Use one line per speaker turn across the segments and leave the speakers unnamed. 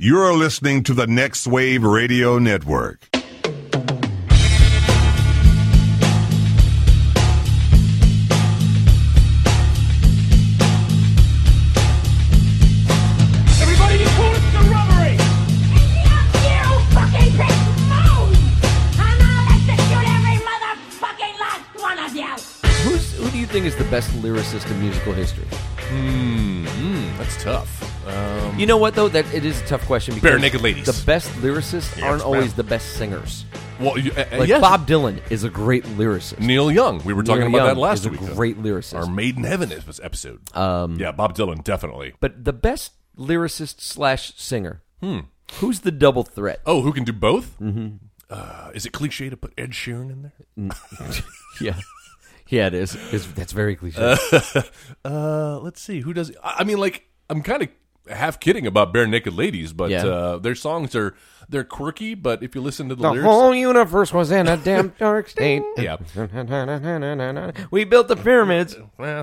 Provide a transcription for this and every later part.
You're listening to the Next Wave Radio Network.
Everybody, you call it the robbery!
You fucking big moan! And I'll execute every motherfucking last one of you!
Who's, who do you think is the best lyricist in musical history?
That's tough. Um,
You know what though? That it is a tough question. Because
Bare Naked Ladies.
The best lyricists
Yeah,
aren't
it's
always
bad.
the best singers.
well, you, uh, uh,
Like
yes.
Bob Dylan is a great lyricist.
Neil Young. We were talking
Neil
about that
Young
last
is a
week.
great lyricist.
Our Maiden Heaven is this episode. Um, yeah, Bob Dylan definitely.
but the best lyricist slash singer. Hmm. Who's the double threat?
Oh, who can do both? Mm-hmm. Uh, is it cliche to put Ed Sheeran in there?
Yeah, yeah, it is. It's, that's very cliche.
Uh, let's see. Who does? I, I mean, like, I'm kind of half kidding about bare naked ladies, but
Yeah.
uh, their songs are they're quirky. But if you listen to the, lyrics,
universe was in a damn dark state.
yeah.
We built the pyramids.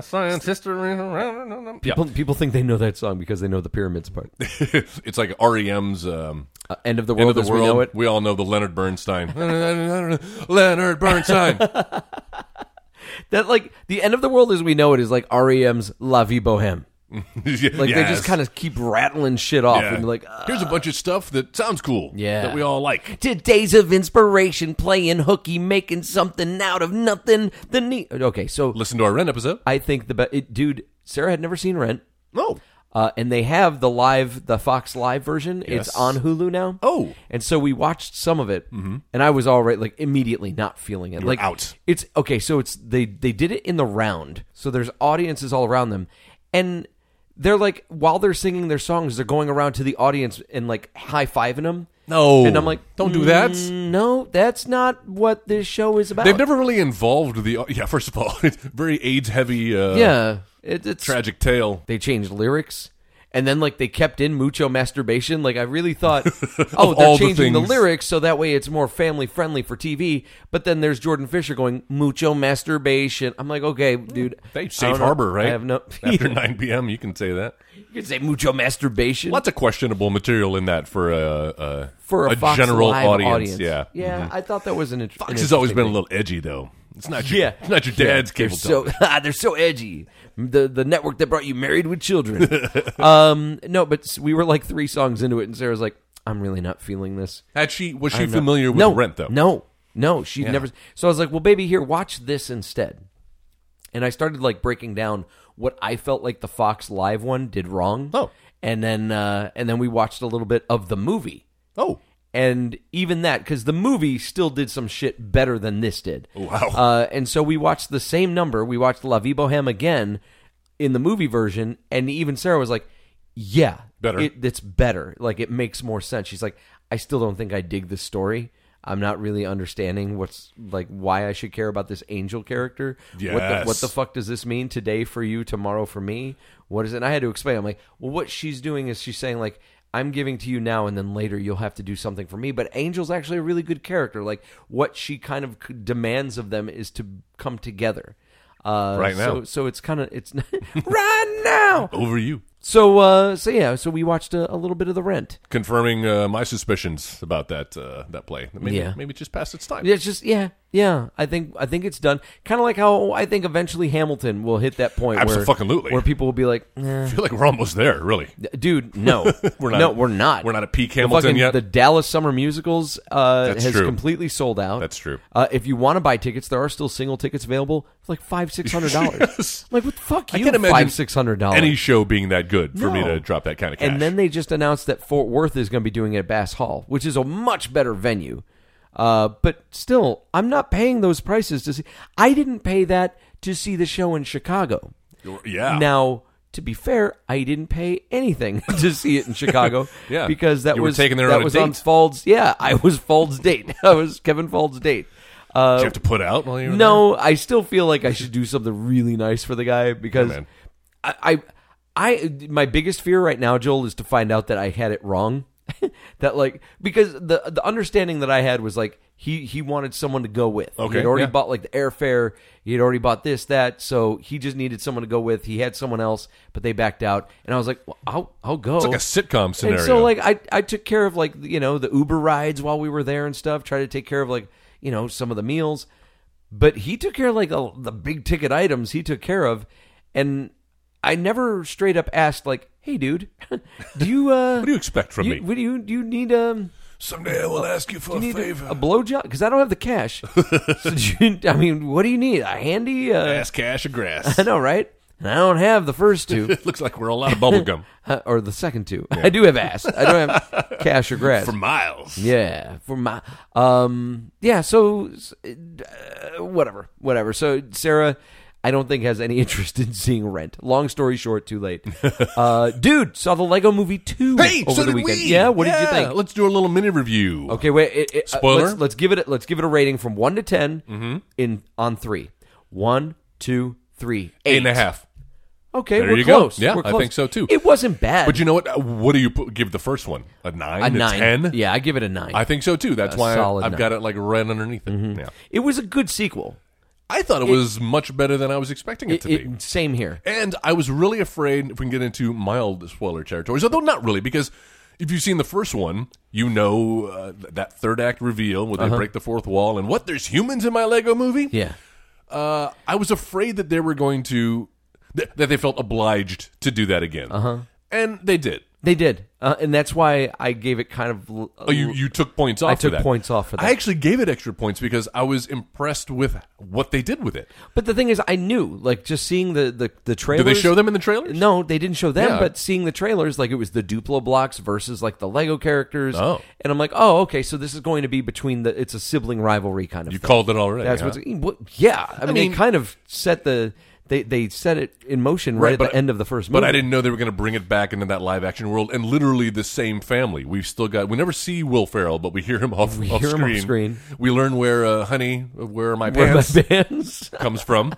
Science, history, yeah.
People, people think they know that song because they know the pyramids part.
it's like REM's um,
Uh, end of the
End
world
of the
as
World.
we know it.
all know the Leonard Bernstein. Leonard Bernstein.
That like the end of the world as we know it is like REM's La Vie Boheme. Like they just kind of keep rattling shit off and be like uh,
Here's a bunch of stuff that sounds cool.
Yeah.
That we all like.
today's of inspiration, playing hooky, making something out of nothing. The ne okay, so
Listen to our Ren episode.
I think the be- it, dude Sarah had never seen Rent,
No.
uh, and they have the live the Fox Live version.
Yes.
It's on Hulu now.
Oh. Mm-hmm.
and so we watched some of it, and I was all right, like immediately not feeling it.
were
like
out.
It's okay. So it's they they did it in the round. So there's audiences all around them, and they're like while they're singing their songs, they're going around to the audience and like high fiving them.
No.
and I'm like,
Don't do that.
"Mm, No, that's not what this show is about.
They've never really involved the. Yeah, first of all, it's very AIDS heavy, uh,
Yeah, it, it's
tragic tale.
They changed lyrics. And then, like, they kept in mucho masturbation. Like, I really thought, oh,
Of
they're
all the
changing the,
things.
lyrics so that way it's more family friendly for TV. But then there's Jordan Fisher going, mucho masturbation. I'm like, okay, dude. I
Hmm. They
don't
safe
know.
harbor, right?
I have no.
After 9 p.m., you can say that.
you could say mucho masturbation
Lots of questionable material in that for a, a,
for a, Fox
general
Live
audience.
audience.
Yeah. Mm-hmm.
Yeah, I thought that was an interesting.
Fox has always been a little edgy, though. It's not your,
Yeah.
it's not your dad's
they're
cable
so,
television.
they're so edgy. The the network that brought you Married with Children. um, no, but s- we were like three songs into it, and Sarah's like, "I'm really not feeling this."
Had she, was she
I'm not-
familiar with
no,
Rent, though?
No, no, she
Yeah.
never. So I was like, "Well, baby, here, watch this instead." And I started like breaking down what I felt like the Fox Live one did wrong.
Oh.
and then uh, and then we watched a little bit of the movie.
Oh.
And even that, because the movie still did some shit better than this did.
Oh, Wow.
Uh, and so we watched the same number. We watched La Vie Boheme again in the movie version, and even Sarah was like, "Yeah,
Better.
It, it's better. Like it makes more sense." She's like, "I still don't think I dig this story. I'm not really understanding what's like why I should care about this angel character. What the,
Yes.
what the fuck does this mean? Today for you, tomorrow for me. What is it?" And I had to explain. I'm like, "Well, what she's doing is she's saying like." I'm giving to you now, and then later you'll have to do something for me. But Angel's actually a really good character. Like what she kind of c- demands of them is to come together. Uh,
Right now.
so, so it's kind of it's right now.
Over you.
So, uh, so yeah, so we watched a, a little bit of the Rent.
confirming uh, my suspicions about that uh, that play. Maybe,
Yeah.
maybe just past its time.
It's just yeah, yeah. I think I think it's done. Kind of like how I think eventually Hamilton will hit that point where
Abso-fucking-lutely.
where people will be like, "Eh, "Nah,
I feel like we're almost there, really.
dude, no,
We're not-
no, we're not,
we're not at peak
The
Hamilton
fucking-
yet.
The Dallas Summer Musicals uh,
That's
has
true.
completely sold out.
That's true.
Uh, if you want to buy tickets, there are still single tickets available for like five six hundred dollars.
Yes.
Like what the fuck?
I
you
can't imagine
five six hundred dollars.
Any show being that good for me
No.
to drop that kind of cash.
And then they just announced that Fort Worth is going to be doing it at Bass Hall, which is a much better venue. Uh, but still, I'm not paying those prices to see. I didn't pay that to see the show in Chicago.
yeah,
Now, to be fair, I didn't pay anything to see it in Chicago.
Yeah.
because that
You were
was
taken there
that
on a
was on
date.
Fald's. Yeah, I was Fald's date. I was Kevin Fald's date. Uh,
Did you have to put out. While you were
No, I still feel like I should do something really nice for the guy because
man.
I, I, I, my biggest fear right now, Joel, is to find out that I had it wrong. that like because the the understanding that I had was like he he wanted someone to go with. he
Okay,
had already
yeah.
bought like the airfare. He had already bought this that, so he just needed someone to go with. He had someone else, but they backed out, and I was like, well, I'll I'll go. It's
like a sitcom scenario.
And so like I I took care of like you know the Uber rides while we were there and stuff. Tried to take care of like you know some of the meals, but he took care of like a, the big ticket items. He took care of, and I never straight up asked like, hey dude, do you uh
What do you expect from
you-
me?
What do you do you need um
Someday I will ask you for
you need a, a blowjob? Because I don't have the cash. so do you, I mean, what do you need? A handy? Uh,
Ass cash or grass.
I know, right? And I don't have the first two
Looks like we're all out of bubble gum
uh, or the second two. I do have ass. I don't have cash or grass.
for miles.
yeah, for my um yeah. So uh, whatever, whatever. So Sarah. I don't think has any interest in seeing Rent. Long story short, too late. Uh, dude, saw the Lego Movie two
Hey,
over
so
the
did
weekend.
we.
Yeah, what did you think?
Let's do a little mini review.
Okay, wait. It, it, uh,
Spoiler? Mm-hmm.
let's, let's give it. Let's give it a rating from one to 10 in on three. One, two, three,
Eight and a
eight.
half.
Okay,
There
we're
you go.
close.
Yeah,
we're
I
close.
think so, too.
It wasn't bad.
But you know what? Uh, What do you put, give the first one? A nine?
a nine?
ten?
Yeah, I give it a nine.
I think so too. That's
A
why
solid
I,
nine.
I've
Mm-hmm.
got it like right underneath it. Yeah.
it was a good sequel.
I thought it, was much better than I was expecting it,
It,
to be.
it, same here.
And I was really afraid if we can get into mild spoiler territories, although not really, because if you've seen the first one, you know uh, th- that third act reveal where they break the fourth wall and what, there's humans in my Lego movie?
Uh-huh. Yeah.
Uh, I was afraid that they were going to, th- that they felt obliged to do that again. Uh-huh. And they did.
They did, uh, and that's why I gave it kind of. l-
Oh, you, you took points off
I
for
took
that.
points off for that.
I actually gave it extra points because I was impressed with what they did with it.
But the thing is, I knew, like, just seeing the the the trailers.
Did they show them in the trailers?
No, they didn't show them.
Yeah.
But seeing the trailers, like, it was the Duplo blocks versus like the Lego characters.
Oh.
and I'm like, oh, okay, so this is going to be between the. It's a sibling rivalry kind of.
You
thing.
called it already.
That's
huh?
what's. e, what- Yeah, I mean,
mean-
they kind of set the. They they set it in motion right, at the end of the first movie.
But I didn't know they were going to bring it back into that live action world and literally the same family. We've still got we never see Will Ferrell, but we hear him off,
We
off
hear him
screen.
off screen.
We learn where uh, honey, where are my
Where
pants
my bands?
comes from,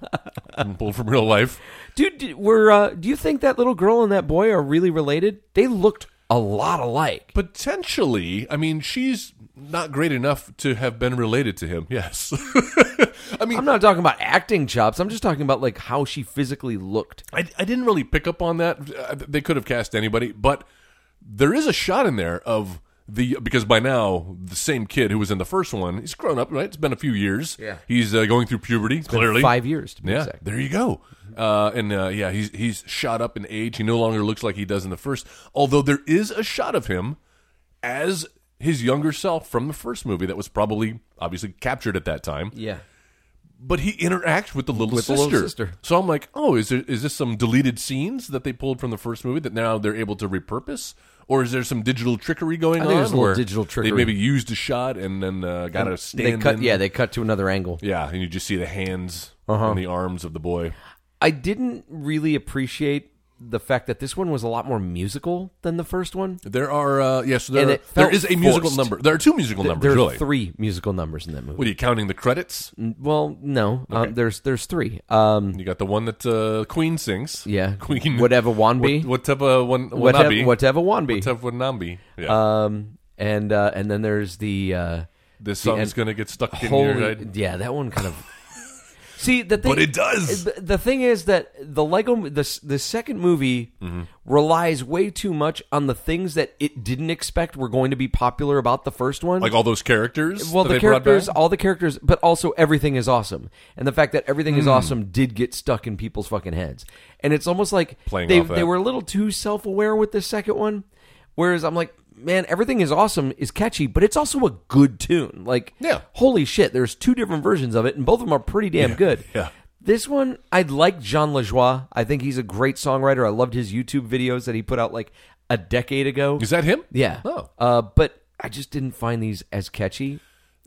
pulled from real life.
Dude, d- were uh, do you think that little girl and that boy are really related? They looked a lot alike.
Potentially, I mean, she's not great enough to have been related to him. Yes, I mean,
I'm not talking about acting chops. I'm just talking about like how she physically looked.
I, I didn't really pick up on that. Uh, They could have cast anybody, but there is a shot in there of the because by now the same kid who was in the first one, he's grown up, right? It's been a few years.
Yeah.
he's uh, going through puberty. clearly,
five years to be
Yeah,
exact.
there you go. Uh, and uh, yeah, he's he's shot up in age. He no longer looks like he does in the first. Although there is a shot of him as his younger self from the first movie that was probably obviously captured at that time
Yeah.
but he interacts with the little,
With the
sister.
little sister.
So I'm like, oh, is there is this some deleted scenes that they pulled from the first movie that now they're able to repurpose, or is there some digital trickery going
I
on?
think there's a little
where
digital trickery.
They maybe used a shot and then uh, got a stand.
They cut
in?
yeah, they Uh-huh. cut to another angle.
yeah, and you just see the hands and the arms of the boy.
I didn't really appreciate the fact that this one was a lot more musical than the first one.
There are uh, yes,
And
there, are,
it felt
there is a musical
forced.
number. There are two musical
Th-
numbers
there are
really.
three musical numbers in that movie.
What are you counting the credits?
Well, no, um, there's there's three. Um,
You got the one that uh, Queen sings.
Yeah.
Queen
Whatever Wannabe.
What, whatever one
whatever,
Wanabe.
whatever one be,
Whatever Wannabe. Yeah.
um, and uh, and then there's the uh,
this song's
end-
going to get stuck in your
holy,
head.
yeah, that one kind of. See the thing,
But it does.
The- The thing is that the Lego the s- the second movie relies way too much on the things that it didn't expect were going to be popular about the first one.
like all those characters.
well,
that
the
they brought
characters,
back?
all the characters, but also everything is awesome, and the fact that everything
Hmm.
is awesome did get stuck in people's fucking heads, and it's almost like
Playing
they
off that.
they were a little too self aware with the second one, whereas I'm like, man, everything is awesome is catchy, but it's also a good tune. Like,
Yeah.
holy shit, there's two different versions of it, and both of them are pretty damn good.
yeah.
This one, I like John LaJoie. I think he's a great songwriter. I loved his YouTube videos that he put out like a decade ago.
Is that him?
Yeah.
Oh.
Uh, but I just didn't find these as catchy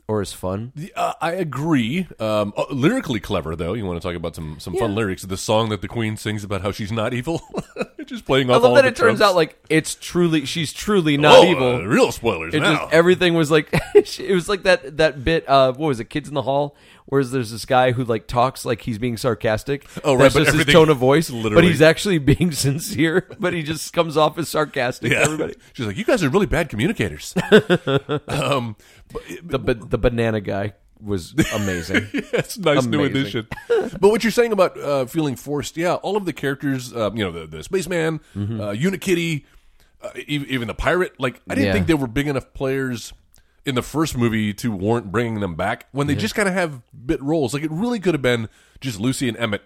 or as fun.
The- uh, I agree. Um, uh, lyrically clever, though. You want to talk about some, some fun lyrics. The song that the Queen sings about how she's not evil. just playing off.
I love
all
that
of
it
the
turns
tropes.
out like it's truly she's truly not
oh,
evil.
uh, real spoilers
It
now.
just everything was like it was like that that bit uh what was it kids in the hall whereas there's this guy who like talks like he's being sarcastic
Oh, right,
that's
but
just his
everything-
tone of voice but
literally.
he's actually being sincere but he just comes off as sarcastic
yeah.
to everybody
She's like, you guys are really bad communicators. um, but,
the ba- the banana guy was amazing
That's a nice new
Amazing.
addition. but what you're saying about uh, feeling forced, yeah, all of the characters, um, you know, the, the spaceman,
Mm-hmm.
uh, Unikitty, uh, e- even the pirate, like, I didn't
Yeah.
think they were big enough players in the first movie to warrant bringing them back when they just kind of have bit roles. Like, it really could have been just Lucy and Emmett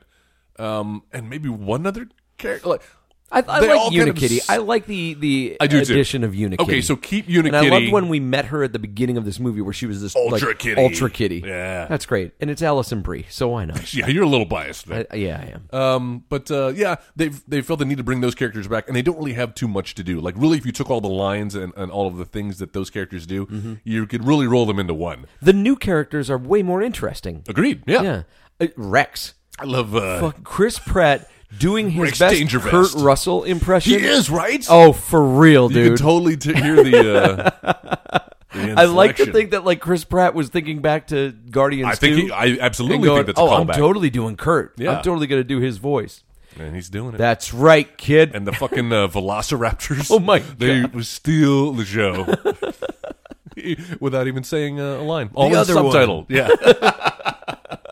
um, and maybe one other character. Like,
I, I
They
like
all kind of
Unikitty.
s-
I like the the
I do too.
addition of Unikitty.
Okay, so keep
And I loved
Unikitty.
when we met her at the beginning of this movie, where she was this
Ultra
like,
kitty.
ultra kitty.
Yeah.
that's great. And it's Allison Brie, so why not?
yeah, you're a little biased there.
I, yeah, I am.
Um, but uh, yeah, they've they felt the need to bring those characters back, and they don't really have too much to do. Like, really, if you took all the lines and, and all of the things that those characters do,
Mm-hmm.
you could really roll them into one.
the new characters are way more interesting.
Agreed. Yeah,
Yeah, Uh, Rex,
I love. Uh,
Fuck, Chris Pratt doing his
Rex
best Kurt
Dangerfest.
Russell impression.
He is right.
Oh, for real,
you can
dude.
totally t- hear the. Uh, the
I like to
inflection.
think that like Chris Pratt was thinking back to Guardians.
I think
2
he, I absolutely
and going,
think that's a
oh, I'm
callback,
totally doing Kurt.
Yeah.
I'm totally gonna do his voice.
and he's doing it.
That's right, kid.
and the fucking uh, Velociraptors.
Oh my
They
God.
would steal the show. Without even saying uh, a line, all in
other one.
subtitled. Yeah,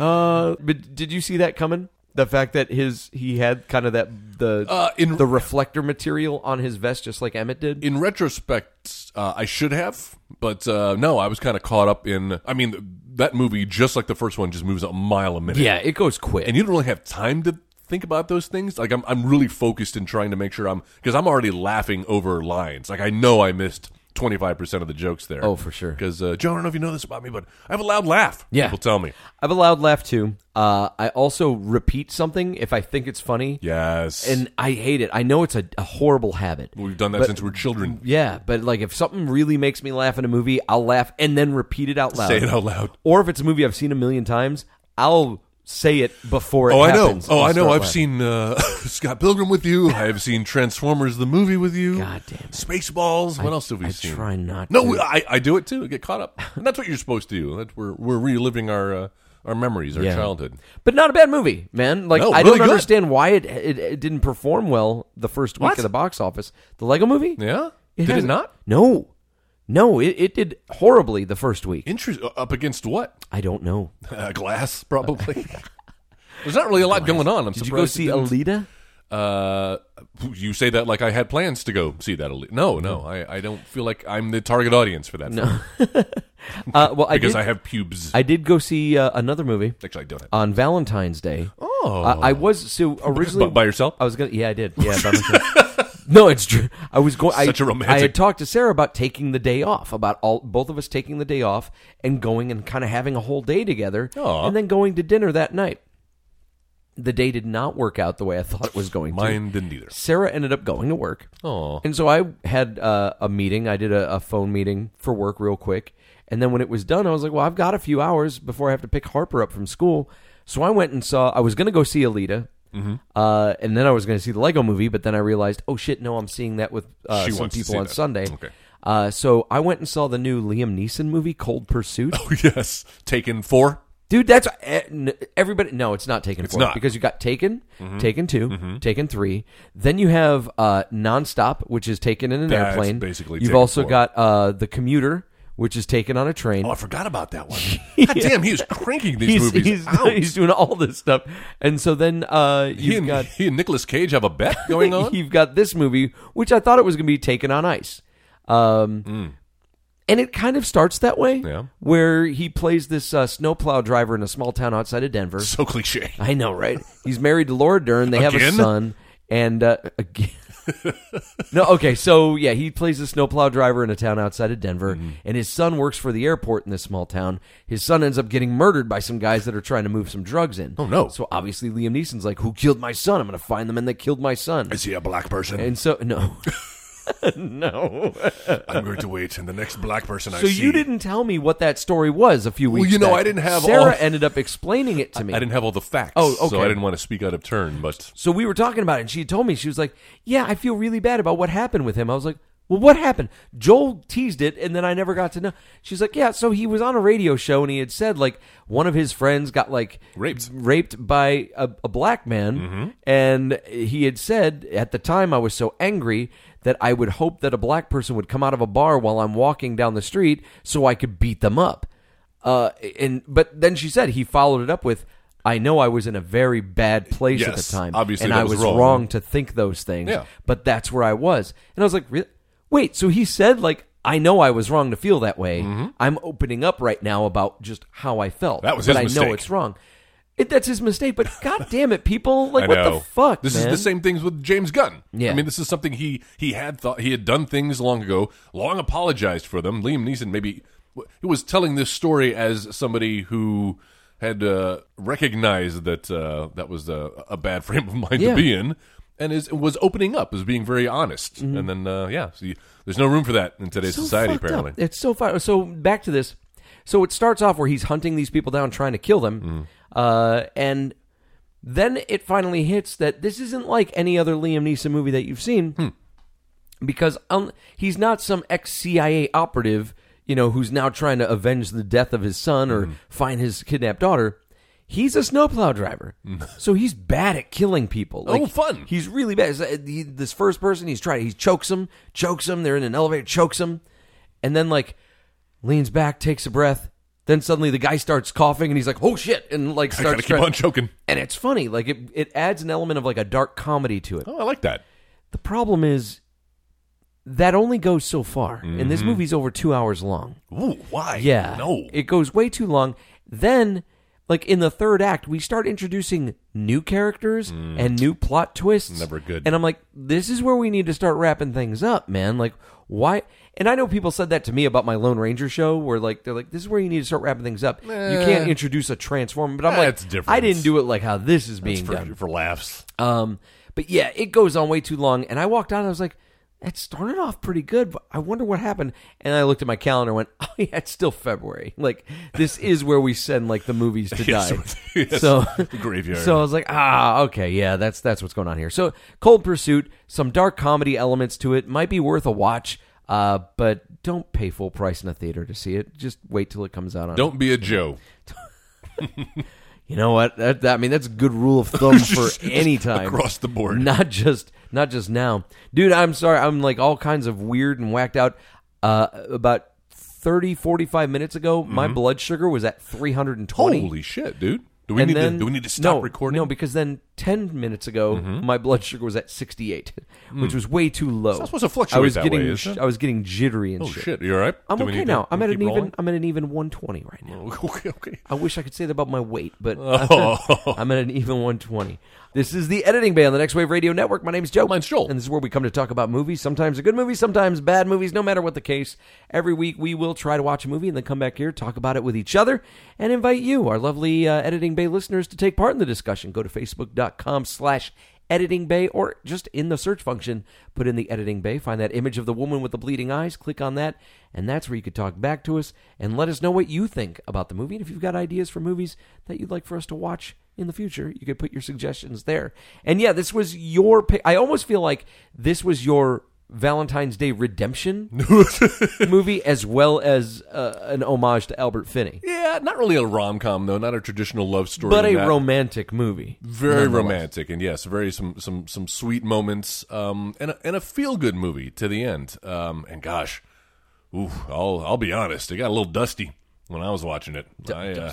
Uh, but did you see that coming? The fact that his he had kind of that the
Uh, in-
the reflector material on his vest, just like Emmett did.
in retrospect, uh, I should have, but uh, no, I was kind of caught up in. I mean, that movie, just like the first one, just moves a mile a minute.
yeah, it goes quick.
and you don't really have time to think about those things. Like I'm, I'm really focused in trying to make sure I'm because I'm already laughing over lines. Like I know I missed. 25% of the jokes there.
Oh, for sure.
Because, uh, Joe, I don't know if you know this about me, but I have a loud laugh.
Yeah.
People tell me.
I have a loud laugh too. Uh, I also repeat something if I think it's funny.
Yes.
and I hate it. I know it's a, a horrible habit.
we've done that
but-
since we we're children.
Yeah, but like if something really makes me laugh in a movie, I'll laugh and then repeat it out loud.
Say it out loud.
Or if it's a movie I've seen a million times, I'll say it before. it
Oh, I know.
happens
Oh,
and
I know.
start
I've
laughing.
seen uh, Scott Pilgrim with you. I've seen Transformers the movie with you.
God damn it.
Spaceballs. What else have we
I
seen?
try not
No,
to.
we- uh, I, I do it too. I get caught up. And that's what you're supposed to do. That's, we're we're reliving our uh, our memories, our
Yeah.
childhood.
But not a bad movie, man. Like
No,
I
really
don't
good.
understand why it, it it didn't perform well the first week
What?
of the box office. The Lego Movie,
Yeah. Did it
hasn't-
not?
No, no, it, it did horribly the first week.
Interest uh, up against what?
I don't know.
Uh, glass, probably. There's not really a lot going on. I'm
Did
surprised
you go
it
see
didn't-
Alita?
Uh, you say that like I had plans to go see that. elite. No,
Mm.
no, I, I don't feel like I'm the target audience for that. film,
Uh, well, I
because
did.
I have pubes.
I did go see uh, another movie
Actually, I don't. Have.
on Valentine's Day.
Oh.
Uh, I was so originally
by yourself?
I was gonna. Yeah, I did. Yeah. by myself. no, it's true. I was going. I-
Such a romantic-
I had talked to Sarah about taking the day off, about all both of us taking the day off and going and kind of having a whole day together,
Aw.
and then going to dinner that night. The day did not work out the way I thought it was going to.
Mine didn't either.
Sarah ended up going to work.
Aw.
And so I had uh, a meeting. I did a, a phone meeting for work real quick. And then when it was done, I was like, well, I've got a few hours before I have to pick Harper up from school. So I went and saw, I was going to go see Alita.
Mm-hmm.
Uh, and then I was going to see the Lego movie, but then I realized, oh shit, no, I'm seeing that with uh,
She
some
wants to
people
see
on
that.
Sunday.
Okay.
Uh, so I went and saw the new Liam Neeson movie, Cold Pursuit.
Oh, yes, Taken four.
Dude, that's eh, n- everybody. No, it's not Taken Four
not. Mm-hmm.
because you got Taken, Taken 2 Taken Three. Then you have uh, Nonstop, which is Taken in an
That's
airplane.
basically
you've
Taken
also
4.
got uh, the Commuter, which is Taken on a train.
Oh, I forgot about that one. God damn, he was cranking these
he's,
movies.
he's,
out.
he's doing all this stuff, and so then uh,
he
you've
and,
got
he and Nicolas Cage have a bet going on.
you've got this movie, which I thought it was going to be Taken on Ice. Um, And it kind of starts that way,
Mm. Yeah.
where he plays this uh, snowplow driver in a small town outside of Denver.
so cliche.
I know, right? He's married to Laura Dern. They have a
Again?
son, and uh, again. no, okay, so yeah, he plays a snowplow driver in a town outside of Denver,
Mm-hmm.
and his son works for the airport in this small town. His son ends up getting murdered by some guys that are trying to move some drugs in. Oh
no.
So obviously Liam Neeson's like, "Who killed my son? I'm going to find them, and they killed my son."
Is he a black person?
And so no, no.
I'm going to wait, and the next black person I
uh, So
see.
you didn't tell me what that story was a few weeks.
you know,
back.
I didn't have
Sarah
all-
ended up explaining it to me.
I didn't have all the facts.
Oh, okay.
So I didn't want to speak out of turn, but
So we were talking about it, and she told me she was like, "Yeah, I feel really bad about what happened with him." I was like, "Well, what happened?" Joel teased it, and then I never got to know. She's like, "Yeah, so he was on a radio show, and he had said like one of his friends got like
Raped.
raped by a, a black man, and he had said at the time I was so angry." That I would hope that a black person would come out of a bar while I'm walking down the street so I could beat them up. Uh, and but then she said he followed it up with, "I know I was in a very bad place at
Yes,
the time.
obviously
and
that
I
was
was
wrong.
wrong. to think those things.
Yeah.
But that's where I was, and I was like, really? wait. So he said, like, I know I was wrong to feel that way. I'm opening up right now about just how I felt.
Mm-hmm. That was
but
his
I
mistake.
know it's wrong. It, that's his mistake. But god damn it, people! Like,
I
what
know.
the fuck?
This
man?
is the same things with James Gunn.
Yeah.
I mean, this is something he he had thought he had done things long ago. Long apologized for them. Liam Neeson maybe he was telling this story as somebody who had uh, recognized that uh, that was a, a bad frame of mind to
Yeah. Mm-hmm.
be in, and is was opening up as being very honest. And then uh, yeah, so you, there's no room for that in today's
so
society.
fucked up.
Apparently,
It's so far. So back to this. So it starts off where he's hunting these people down, trying to kill them,
Mm.
uh, and then it finally hits that this isn't like any other Liam Neeson movie that you've
Hmm.
seen, because um, he's not some ex CIA operative, you know, who's now trying to avenge the death of his son
Mm-hmm.
or find his kidnapped daughter. He's a snowplow driver, so he's bad at killing people.
Mm-hmm. Oh, fun.
He's really bad. It's, uh, he- This first person, he's trying. He chokes him, chokes him. They're in an elevator, chokes him, and then like leans back, takes a breath. Then suddenly the guy starts coughing, and he's like, "Oh shit!" and like
I
starts.
gotta keep
try-
on choking.
And it's funny. Like it, it adds an element of like a dark comedy to it.
Oh, I like that.
The problem is that only goes so far, and this movie's over two hours long.
Ooh, why?
Yeah.
no.
It goes way too long. Then, like in the third act, we start introducing new characters and new plot twists.
Never good.
And I'm like, this is where we need to start wrapping things up, man. Like, why? And I know people said that to me about my Lone Ranger show, where like they're like, "This is where you need to start wrapping things up. You can't introduce a transformer." But I'm like,
Eh. That's different.
I didn't do it like how this is
It's
being
for,
done.
for laughs.
Um, but yeah, it goes on way too long. And I walked out and I was like, that started off pretty good, but I wonder what happened. And I looked at my calendar and went, oh, yeah, it's still February. Like, this is where we send, like, the movies to
Yes,
die.
yes,
So,
the graveyard.
So I was like, ah, okay, yeah, that's that's what's going on here. So, Cold Pursuit, some dark comedy elements to it, might be worth a watch, uh, but don't pay full price in a theater to see it. Just wait till it comes out on.
Don't be a Joe.
You know what? That, that- I mean, that's a good rule of thumb for any time
across the board.
Not just not just now, dude. I'm sorry. I'm like all kinds of weird and whacked out. Uh, about 30, 45 minutes ago, my blood sugar was at 320.
Mm-hmm. Holy shit, dude! Do we
and
need
then,
to do we need to stop
no,
recording? Mm-hmm.
No, because then 10 minutes ago, my blood sugar was at 68, which was way too low.
Mm. not supposed to fluctuate
I was
that
getting,
way, is it?
I was getting jittery and
oh shit, you all right?
I'm
Do we
okay
need
now.
to-
I'm
we
at an
keep
even.
rolling?
I'm at an even 120 right now.
Okay, okay.
I wish I could say that about my weight, but
Oh.
I'm at an even 120. This is the editing bay on the Next Wave Radio Network. My name's Joe.
Mine's Joel.
And this is where we come to talk about movies. Sometimes they're good movies, sometimes bad movies, no matter what the case. Every week we will try to watch a movie and then come back here, talk about it with each other, and invite you, our lovely uh, Editing Bay listeners, to take part in the discussion. Go to facebook.com slash editing bay or just in the search function put in the editing bay find that image of the woman with the bleeding eyes click on that and that's where you could talk back to us and let us know what you think about the movie and if you've got ideas for movies that you'd like for us to watch in the future you could put your suggestions there and yeah this was your pick i almost feel like this was your valentine's day redemption movie as well as uh, an homage to albert finney
Yeah, not really a rom com though. Not a traditional love story,
but a
in that.
romantic movie
very romantic, and yes, very some some some sweet moments, um, and a, and a feel good movie to the end. Um, and gosh, ooh, I'll I'll be honest, it got a little dusty when I was watching it. I, uh,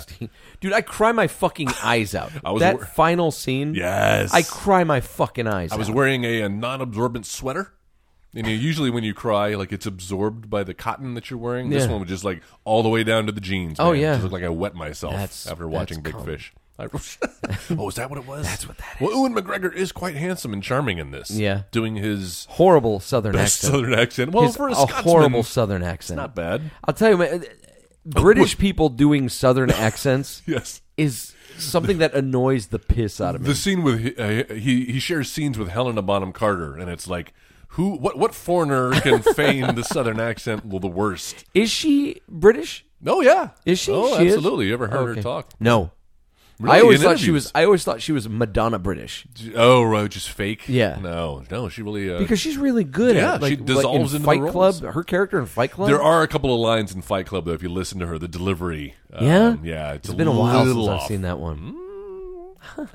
dude i cry my fucking eyes out
I was
that
wor-
final scene
yes,
I cry my fucking eyes.
I was
out.
wearing a, a non-absorbent sweater. And you, usually when you cry, like it's absorbed by the cotton that you're wearing. This
Yeah.
one was just like all the way down to the jeans.
Oh,
man. It
yeah.
just looked like I wet myself
That's-
after
that's
watching Big
common.
Fish. I, oh, is that what it was? That's
what that
Well, Ewan McGregor is quite handsome and charming in this.
Yeah.
doing his
horrible Southern
best
accent.
Southern accent. Well,
His-
for a,
a
Scotsman,
horrible Southern accent.
not bad.
I'll tell you, man, British people doing Southern accents
Yes.
is something that annoys the piss out of me.
The scene with uh, he he shares scenes with Helena Bonham Carter, and it's like Who? What? What foreigner can feign the southern accent well, the worst?
Is she British?
Oh yeah,
Is she?
Oh,
She is?
absolutely. You ever heard her
Okay.
talk?
No.
Really?
I always
In
thought she was.
interviews?
I always thought she was Madonna British
Oh, right, just fake.
Yeah.
No, no, she really. Uh,
because she's really good.
Yeah,
at, like,
she
like
dissolves
in
into the
Fight
roles.
Club. Her character in Fight Club.
there are a couple of lines in Fight Club though. If you listen to her, the delivery. um,
Yeah?
yeah. It's,
It's been a while since
little
I've
off. Hmm?
seen that one.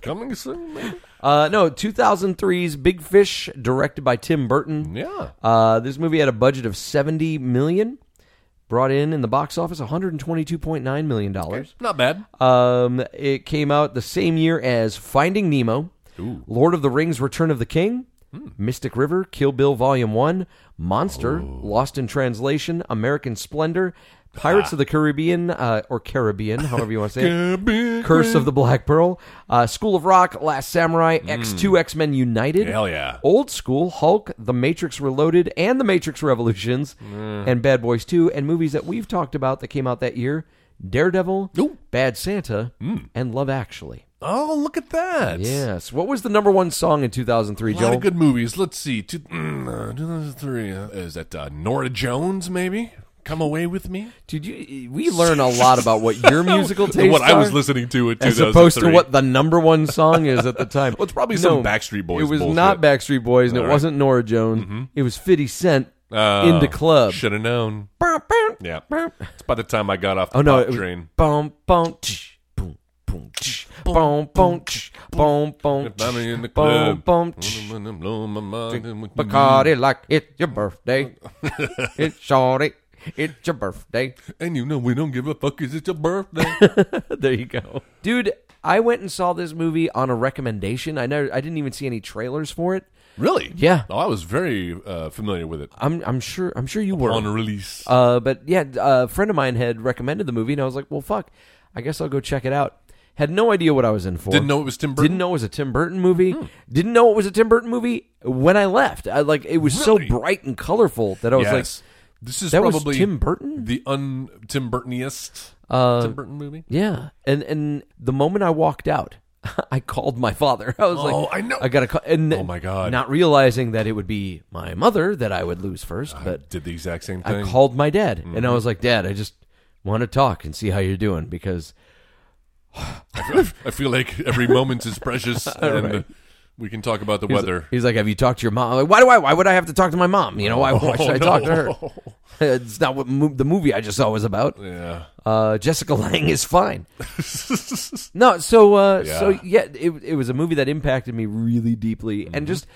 Coming soon. maybe?
Uh, no, 2003's Big Fish, directed by Tim Burton.
Yeah.
Uh, this movie had a budget of 70 million, brought in in the box office 122.9 million dollars.
Not bad.
Um, it came out the same year as Finding Nemo, Lord of the Rings: Return of the King, Mystic River, Kill Bill Volume One, Monster, Lost in Translation, American Splendor, Pirates of the Caribbean uh, or Caribbean, however you want to say it, Curse
Mm-hmm.
of the Black Pearl, uh, School of Rock, Last Samurai, X Two, X Men United,
Mm. Hell yeah.
Old School, Hulk, The Matrix Reloaded, and The Matrix Revolutions,
Mm.
and Bad Boys 2, and movies that we've talked about that came out that year Daredevil,
Ooh. Mm.
Bad Santa, and Love Actually.
Oh, look at that.
Yes. What was the number one song in 2003,
A lot
Joel?
of good movies. Let's see. Two, mm, uh, 2003. uh, Is that uh, Nora Jones, maybe? Come Away With Me?
Dude, you, we learn a lot about what your musical tastes
What I
are
was listening to in
As
2003.
opposed to what the number one song is at the time. well, it's
probably some Backstreet Boys
It was
bullshit.
not Backstreet Boys, and it
right. Mm-hmm.
wasn't Nora Jones. It was 50 Cent in the club.
Should have Oh, known. Yeah. It's by the time I got off the
Oh no!
pop
it was-
train.
Boom boom tsh, boom boom tsh, boom boom tsh, boom boom.
If I'm in the
tsh, boom,
club. Mm-hmm.
boom tsh.
Blow my mind with-
Bacardi like it's your birthday. it's shorty. It's your birthday.
And you know we don't give a fuck because it's your birthday.
there you go, dude. I went and saw this movie on a recommendation. I never, I didn't even see any trailers for it.
really?
Yeah.
Oh, I was very uh, familiar with it.
I'm, I'm sure, I'm sure you were.
On release.
Uh, but yeah, a friend of mine had recommended the movie, and I was like, well, fuck, I guess I'll go check it out. Had no idea what I was in for.
Didn't know it was Tim Burton? Hmm.
Didn't know it was a Tim Burton movie. Didn't know it was a Tim Burton movie when I left. I like it was
Really?
so bright and colorful that I was
yes. this is
that was
probably
Tim Burton?
the un Tim Burtoniest Tim Burton movie.
like, yeah. And and the moment I walked out, I called my father. I was
Oh,
like,
I know.
I got to call. And
Oh, my God.
not realizing that it would be my mother that I would lose first, but
Did the exact same
I
thing.
called my dad and I was like, Dad, I just want to talk and see how you're doing because
I feel like every moment is precious, and we can talk about the
he's,
weather.
he's like, Have you talked to your mom? I'm like, why do I? Why would I have to talk to my mom? You know, why, why should I talk to her? it's not what mo- the movie I just saw was about.
Yeah.
Uh, Jessica Lang is fine. no, so uh,
Yeah.
so yeah, it it was a movie that impacted me really deeply,
Mm-hmm.
and just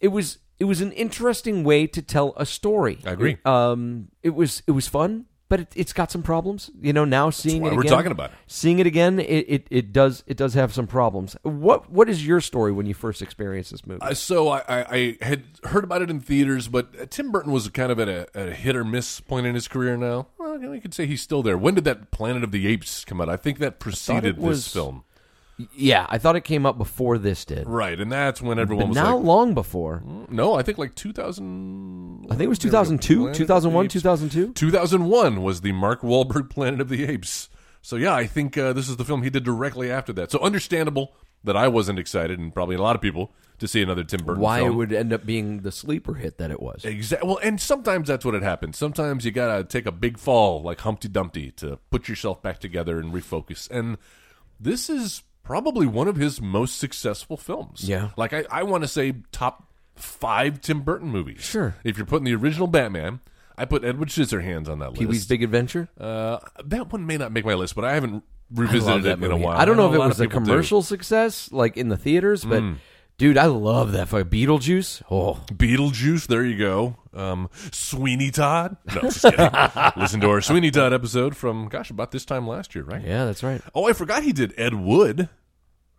it was it was an interesting way to tell a story.
I agree.
Um, it was it was fun, but it, it's got some problems. You know, now seeing
why
it
we're
again-
talking about it.
seeing it again, it, it it does it does have some problems. What what is your story when you first experienced this movie?
Uh, so I, I, I had heard about it in theaters, but uh, Tim Burton was kind of at a, at a hit or miss point in his career. Now, well, you, know, you could say he's still there. When did that Planet of the Apes come out? I think that preceded
was-
this film,
yeah, I thought it came up before this did,
right? And that's when
but
everyone was
not
like, Mm,
long before.
"No, I think like 2000."
I think it was 2002,
Planet of the
2001,
Apes.
2002.
2001 was the Mark Wahlberg Planet of the Apes. So yeah, I think uh, this is the film he did directly after that. So understandable that I wasn't excited, and probably a lot of people, to see another Tim Burton.
Why
film.
it would end up being the sleeper hit that it was.
Exactly. Well, and sometimes that's what it happens. Sometimes you gotta take a big fall, like Humpty Dumpty, to put yourself back together and refocus. And this is probably one of his most successful films.
Yeah.
Like I, I want to say top five Tim Burton movies.
Sure.
If you're putting the original Batman, I put Edward Scissorhands on that
Pee Wee's
list.
Big Adventure.
Uh, that one may not make my list, but I haven't
I love
revisited
that
it in a
movie.
while.
I don't know, if it
lot of
was a
people do.
commercial success like in the theaters, but
Hmm.
dude, I love that for Beetlejuice. Oh,
Beetlejuice, there you go. Um, Sweeney Todd. No, just kidding. Listen to our Sweeney Todd episode from, gosh, about this time last year, right?
yeah, that's right.
Oh, I forgot he did Ed Wood.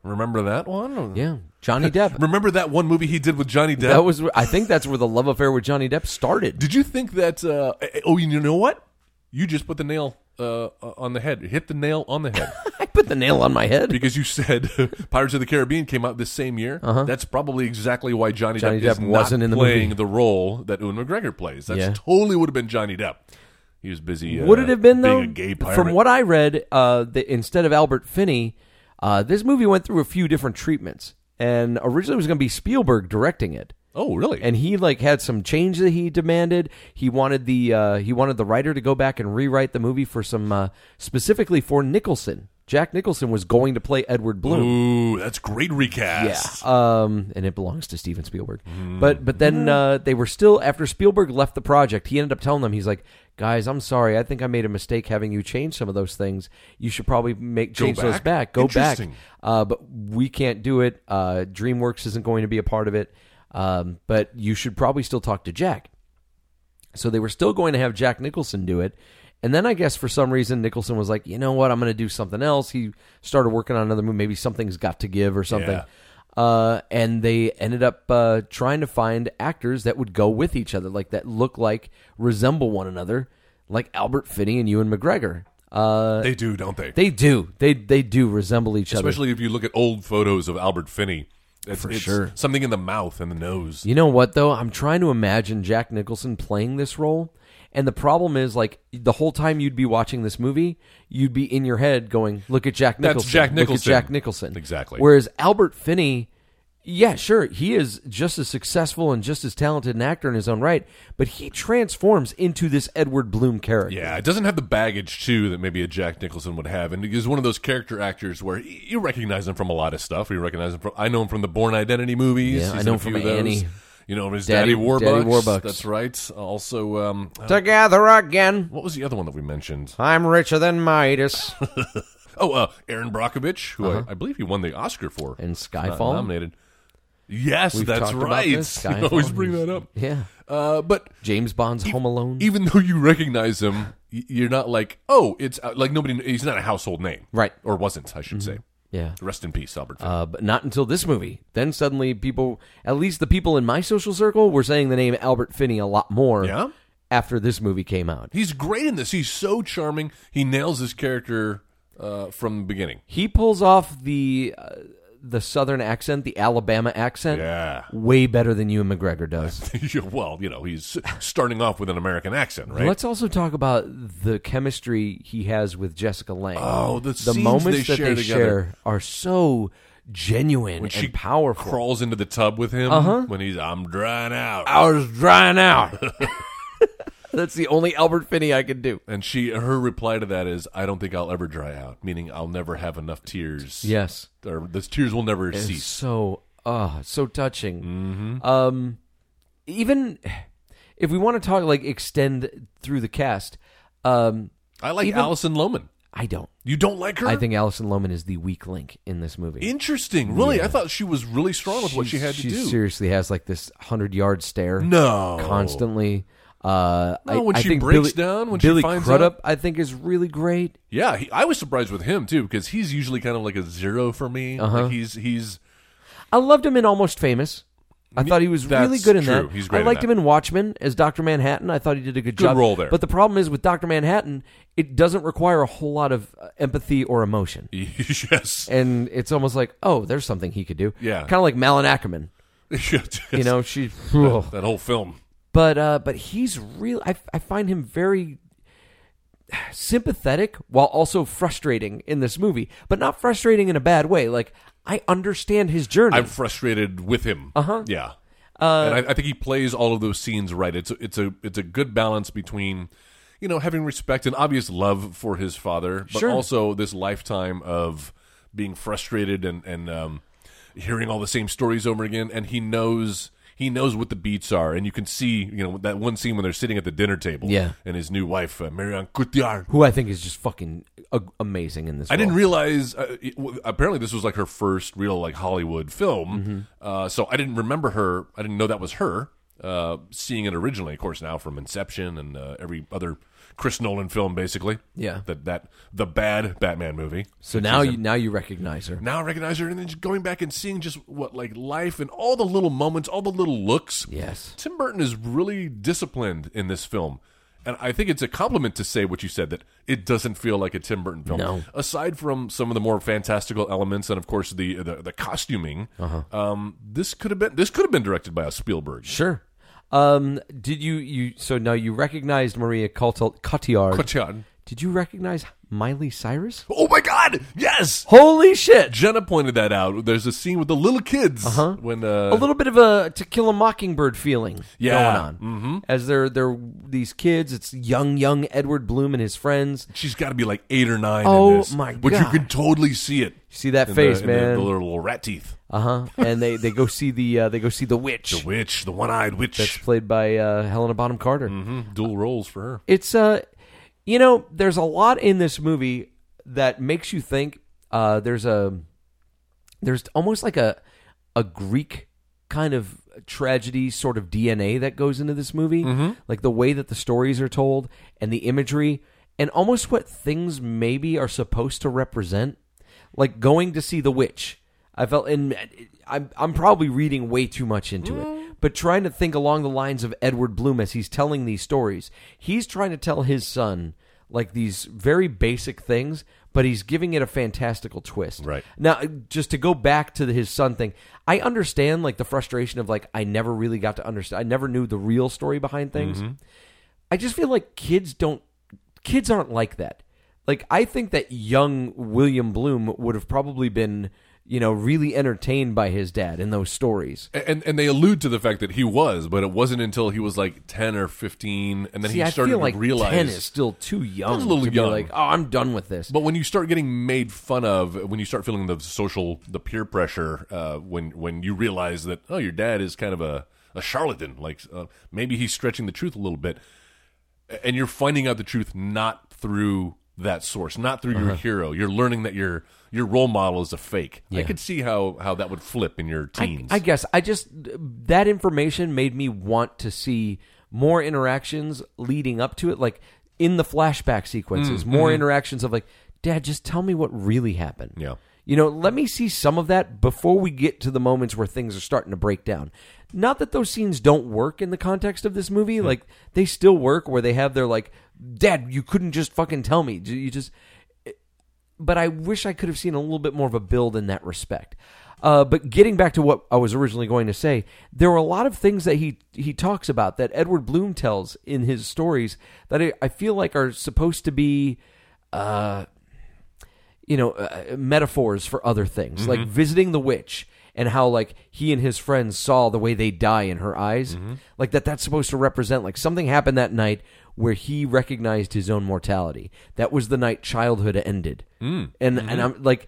Remember that one?
Yeah, Johnny Depp.
Remember that one movie he did with Johnny Depp?
That was I think that's where the love affair with Johnny Depp started.
Did you think that? Uh, oh, you know what? You just put the nail uh, on the head. Hit the nail on the head.
I put the nail on my head.
because you said Pirates of the Caribbean came out this same year. That's probably exactly why Johnny,
Uh-huh. Johnny
Depp, is
Depp
not
wasn't in the
playing
movie.
the role that Ewan McGregor plays. That
Yeah.
totally would have been Johnny Depp. He was busy. Uh,
Would it have been
being
though?
A gay pirate.
From what I read, uh, the, instead of Albert Finney, uh, this movie went through a few different treatments, and originally it was going to be Spielberg directing it.
Oh, really?
and he like had some change that he demanded. He wanted the uh, he wanted the writer to go back and rewrite the movie for some uh, specifically for Nicholson. Jack Nicholson was going to play Edward Bloom.
Ooh, that's great recast.
Um, and it belongs to Steven Spielberg.
Mm.
But but then uh, they were still after Spielberg left the project. He ended up telling them he's like, guys, I'm sorry. I think I made a mistake having you change some of those things. You should probably make change those
back?
back. Go back.
Interesting.
Uh, but we can't do it. Uh, DreamWorks isn't going to be a part of it. Um, but you should probably still talk to Jack. So they were still going to have Jack Nicholson do it. And then I guess for some reason Nicholson was like, you know what, I'm going to do something else. He started working on another movie. Maybe something's got to give or something.
Yeah.
Uh, and they ended up uh, trying to find actors that would go with each other, like that look like resemble one another, like Albert Finney and Ewan McGregor. Uh,
They do, don't they?
they do. They they do resemble each other.
Especially if you look at old photos of Albert Finney. It's, it's
sure.
Something in the mouth and the nose.
You know what though? I'm trying to imagine Jack Nicholson playing this role. And the problem is like the whole time you'd be watching this movie, you'd be in your head going, "Look at Jack
That's
Nicholson.
Jack Nicholson."
Look at Jack Nicholson."
Exactly.
Whereas Albert Finney, yeah, sure, he is just as successful and just as talented an actor in his own right, but he transforms into this Edward Bloom character.
Yeah, it doesn't have the baggage too that maybe a Jack Nicholson would have, and he's one of those character actors where y- you recognize him from a lot of stuff. You recognize him from I know him from the Born Identity movies.
Yeah, I
He's in
know
a
him
few
from
of those.
Annie.
You know him as
Daddy-
Daddy, Warbucks.
Daddy Warbucks.
That's right. Also, um, uh,
Together again.
what was the other one that we mentioned?
I'm richer than Midas.
Oh, uh, Aaron Brockovich, who I, I believe he won the Oscar for
And
Not
Uh-huh. Skyfall.
nominated. Yes,
We've
that's
talked about
right.
this.
You always
Skyfall.
bring that up.
yeah.
Uh, but
James Bond's Home Alone.
even though you recognize him, y- you're not like, oh, it's uh, like nobody. He's not a household name,
Right.
Or wasn't, I should say.
yeah.
Rest in peace, Albert. Finney.
Uh, but not until this movie. Then suddenly, people, at least the people in my social circle, were saying the name Albert Finney a lot more
Yeah?
after this movie came out.
He's great in this. He's so charming. He nails his character uh, from the beginning.
He pulls off the uh, the southern accent, the Alabama accent,
Yeah.
way better than Ewan McGregor does.
Yeah, well, you know, he's starting off with an American accent, right?
Let's also talk about the chemistry he has with Jessica Lange.
Oh, the
the
scenes
moments
they
that
share
they
together.
share are so genuine
when
and
she
powerful.
crawls into the tub with him
Uh-huh.
when he's I'm drying out.
was drying out. That's the only Albert Finney I can do.
And she her reply to that is I don't think I'll ever dry out, meaning I'll never have enough tears.
Yes.
Or those tears will never
It's
cease.
so ah so touching
Mm-hmm.
um even if we want to talk like extend through the cast um
I like
Even-
Allison Loman.
i don't
You don't like her?
i think allison loman is the weak link in this movie
interesting. Really, I thought she was really strong with what she
She's-
had to do.
seriously has like this 100 yard stare
No.
constantly uh
No,
I,
when
I
she
think billy,
breaks down, when she
billy
finds
crudup
out.
i think is really great
Yeah, he, I was surprised with him too because he's usually kind of like a zero for me.
Uh-huh.
Like he's he's
I loved him in Almost Famous. I thought he was
That's
really good in
true.
that.
He's
I
great in
liked
that.
him in Watchmen as Doctor Manhattan. I thought he did a good,
Good
job.
role there.
But the problem is with Doctor Manhattan, it doesn't require a whole lot of uh, empathy or emotion,
yes,
and it's almost like, oh, there's something he could do.
Yeah.
kind of like Malin Ackerman. You know, she.
that whole film.
but uh, but he's real. I, I find him very sympathetic while also frustrating in this movie, but not frustrating in a bad way. Like I understand his journey. Uh-huh.
I'm frustrated with him. Uh huh. Yeah, uh, and I, I think he plays all of those scenes right. It's a, it's a it's a good balance between you know having respect and obvious love for his father, but
Sure.
also this lifetime of being frustrated and and um, hearing all the same stories over again. And he knows. He knows what the beats are, and you can see, you know, that one scene when they're sitting at the dinner table,
Yeah.
and his new wife, uh, Marion Cotillard,
who I think is just fucking a- amazing in this.
I didn't
role.
realize. Uh, it- w- apparently, this was like her first real like Hollywood film. Uh, so I didn't remember her. I didn't know that was her. Uh, seeing it originally, of course, now from Inception and uh, every other Chris Nolan film, basically.
Yeah.
That that the bad Batman movie.
so now you now you recognize her.
Now I recognize her, and then just going back and seeing just what like life and all the little moments, all the little looks.
Yes.
Tim Burton is really disciplined in this film. And I think it's a compliment to say what you said that it doesn't feel like a Tim Burton film.
No.
Aside from some of the more fantastical elements and of course the the, the costuming,
Uh-huh.
um, this could have been this could have been directed by a Spielberg.
Sure. Um, did you you so now you recognized Maria Cotil- Cotillard?
Cotillard.
Did Did you recognize Miley Cyrus?
Oh my God! Yes.
Holy shit!
Jenna pointed that out. There's a scene with the little kids uh-huh. when uh,
a little bit of a To Kill a Mockingbird feeling
Yeah. Mm-hmm.
going on as they're they're these kids. It's young young Edward Bloom and his friends.
She's got to be like eight or nine.
Oh
in this,
my
But you
God.
can totally see it.
See that
in the-
face,
in the-
man.
The, little, little rat teeth.
uh huh. And they they go see the uh, they go see the witch.
The witch, the one-eyed witch. Mm-hmm.
that's played by uh, Helena Bonham Carter.
Dual roles for her.
It's uh, you know, there's a lot in this movie that makes you think. Uh, there's a there's almost like a a Greek kind of tragedy sort of DNA that goes into this movie, like the way that the stories are told and the imagery, and almost what things maybe are supposed to represent. Like going to see the witch, I felt, and I'm I'm probably reading way too much into it, but trying to think along the lines of Edward Bloom as he's telling these stories, he's trying to tell his son like these very basic things, but he's giving it a fantastical twist.
Right.
Now, just to go back to the, his son thing, I understand like the frustration of like I never really got to understand. I never knew the real story behind things.
Mm-hmm.
I just feel like kids don't kids aren't like that. Like I think that young William Bloom would have probably been, you know, really entertained by his dad in those stories.
And and they allude to the fact that he was, but it wasn't until he was like ten or fifteen, and then
See,
he
I
started
feel like
to realize.
ten is still too young
That's a little
to
young.
be like, oh, I'm done with this.
But when you start getting made fun of, when you start feeling the social, the peer pressure, uh, when when you realize that oh, your dad is kind of a a charlatan, like uh, maybe he's stretching the truth a little bit, and you're finding out the truth not through that source, not through
Uh-huh.
your hero. You're learning that your your role model is a fake. I
Yeah.
could see how how that would flip in your teens.
I guess I just that information made me want to see more interactions leading up to it, like in the flashback sequences, more interactions of like, Dad, just tell me what really happened.
Yeah.
You know, let me see some of that before we get to the moments where things are starting to break down. Not that those scenes don't work in the context of this movie, like they still work where they have their like, Dad, you couldn't just fucking tell me. You just but I wish I could have seen a little bit more of a build in that respect. Uh, but getting back to what I was originally going to say, there were a lot of things that he he talks about that Edward Bloom tells in his stories that I, I feel like are supposed to be, uh, you know, uh, metaphors for other things, like visiting the witch and how like he and his friends saw the way they die in her eyes, like that. That's supposed to represent like something happened that night where he recognized his own mortality. That was the night childhood ended, and and I'm like,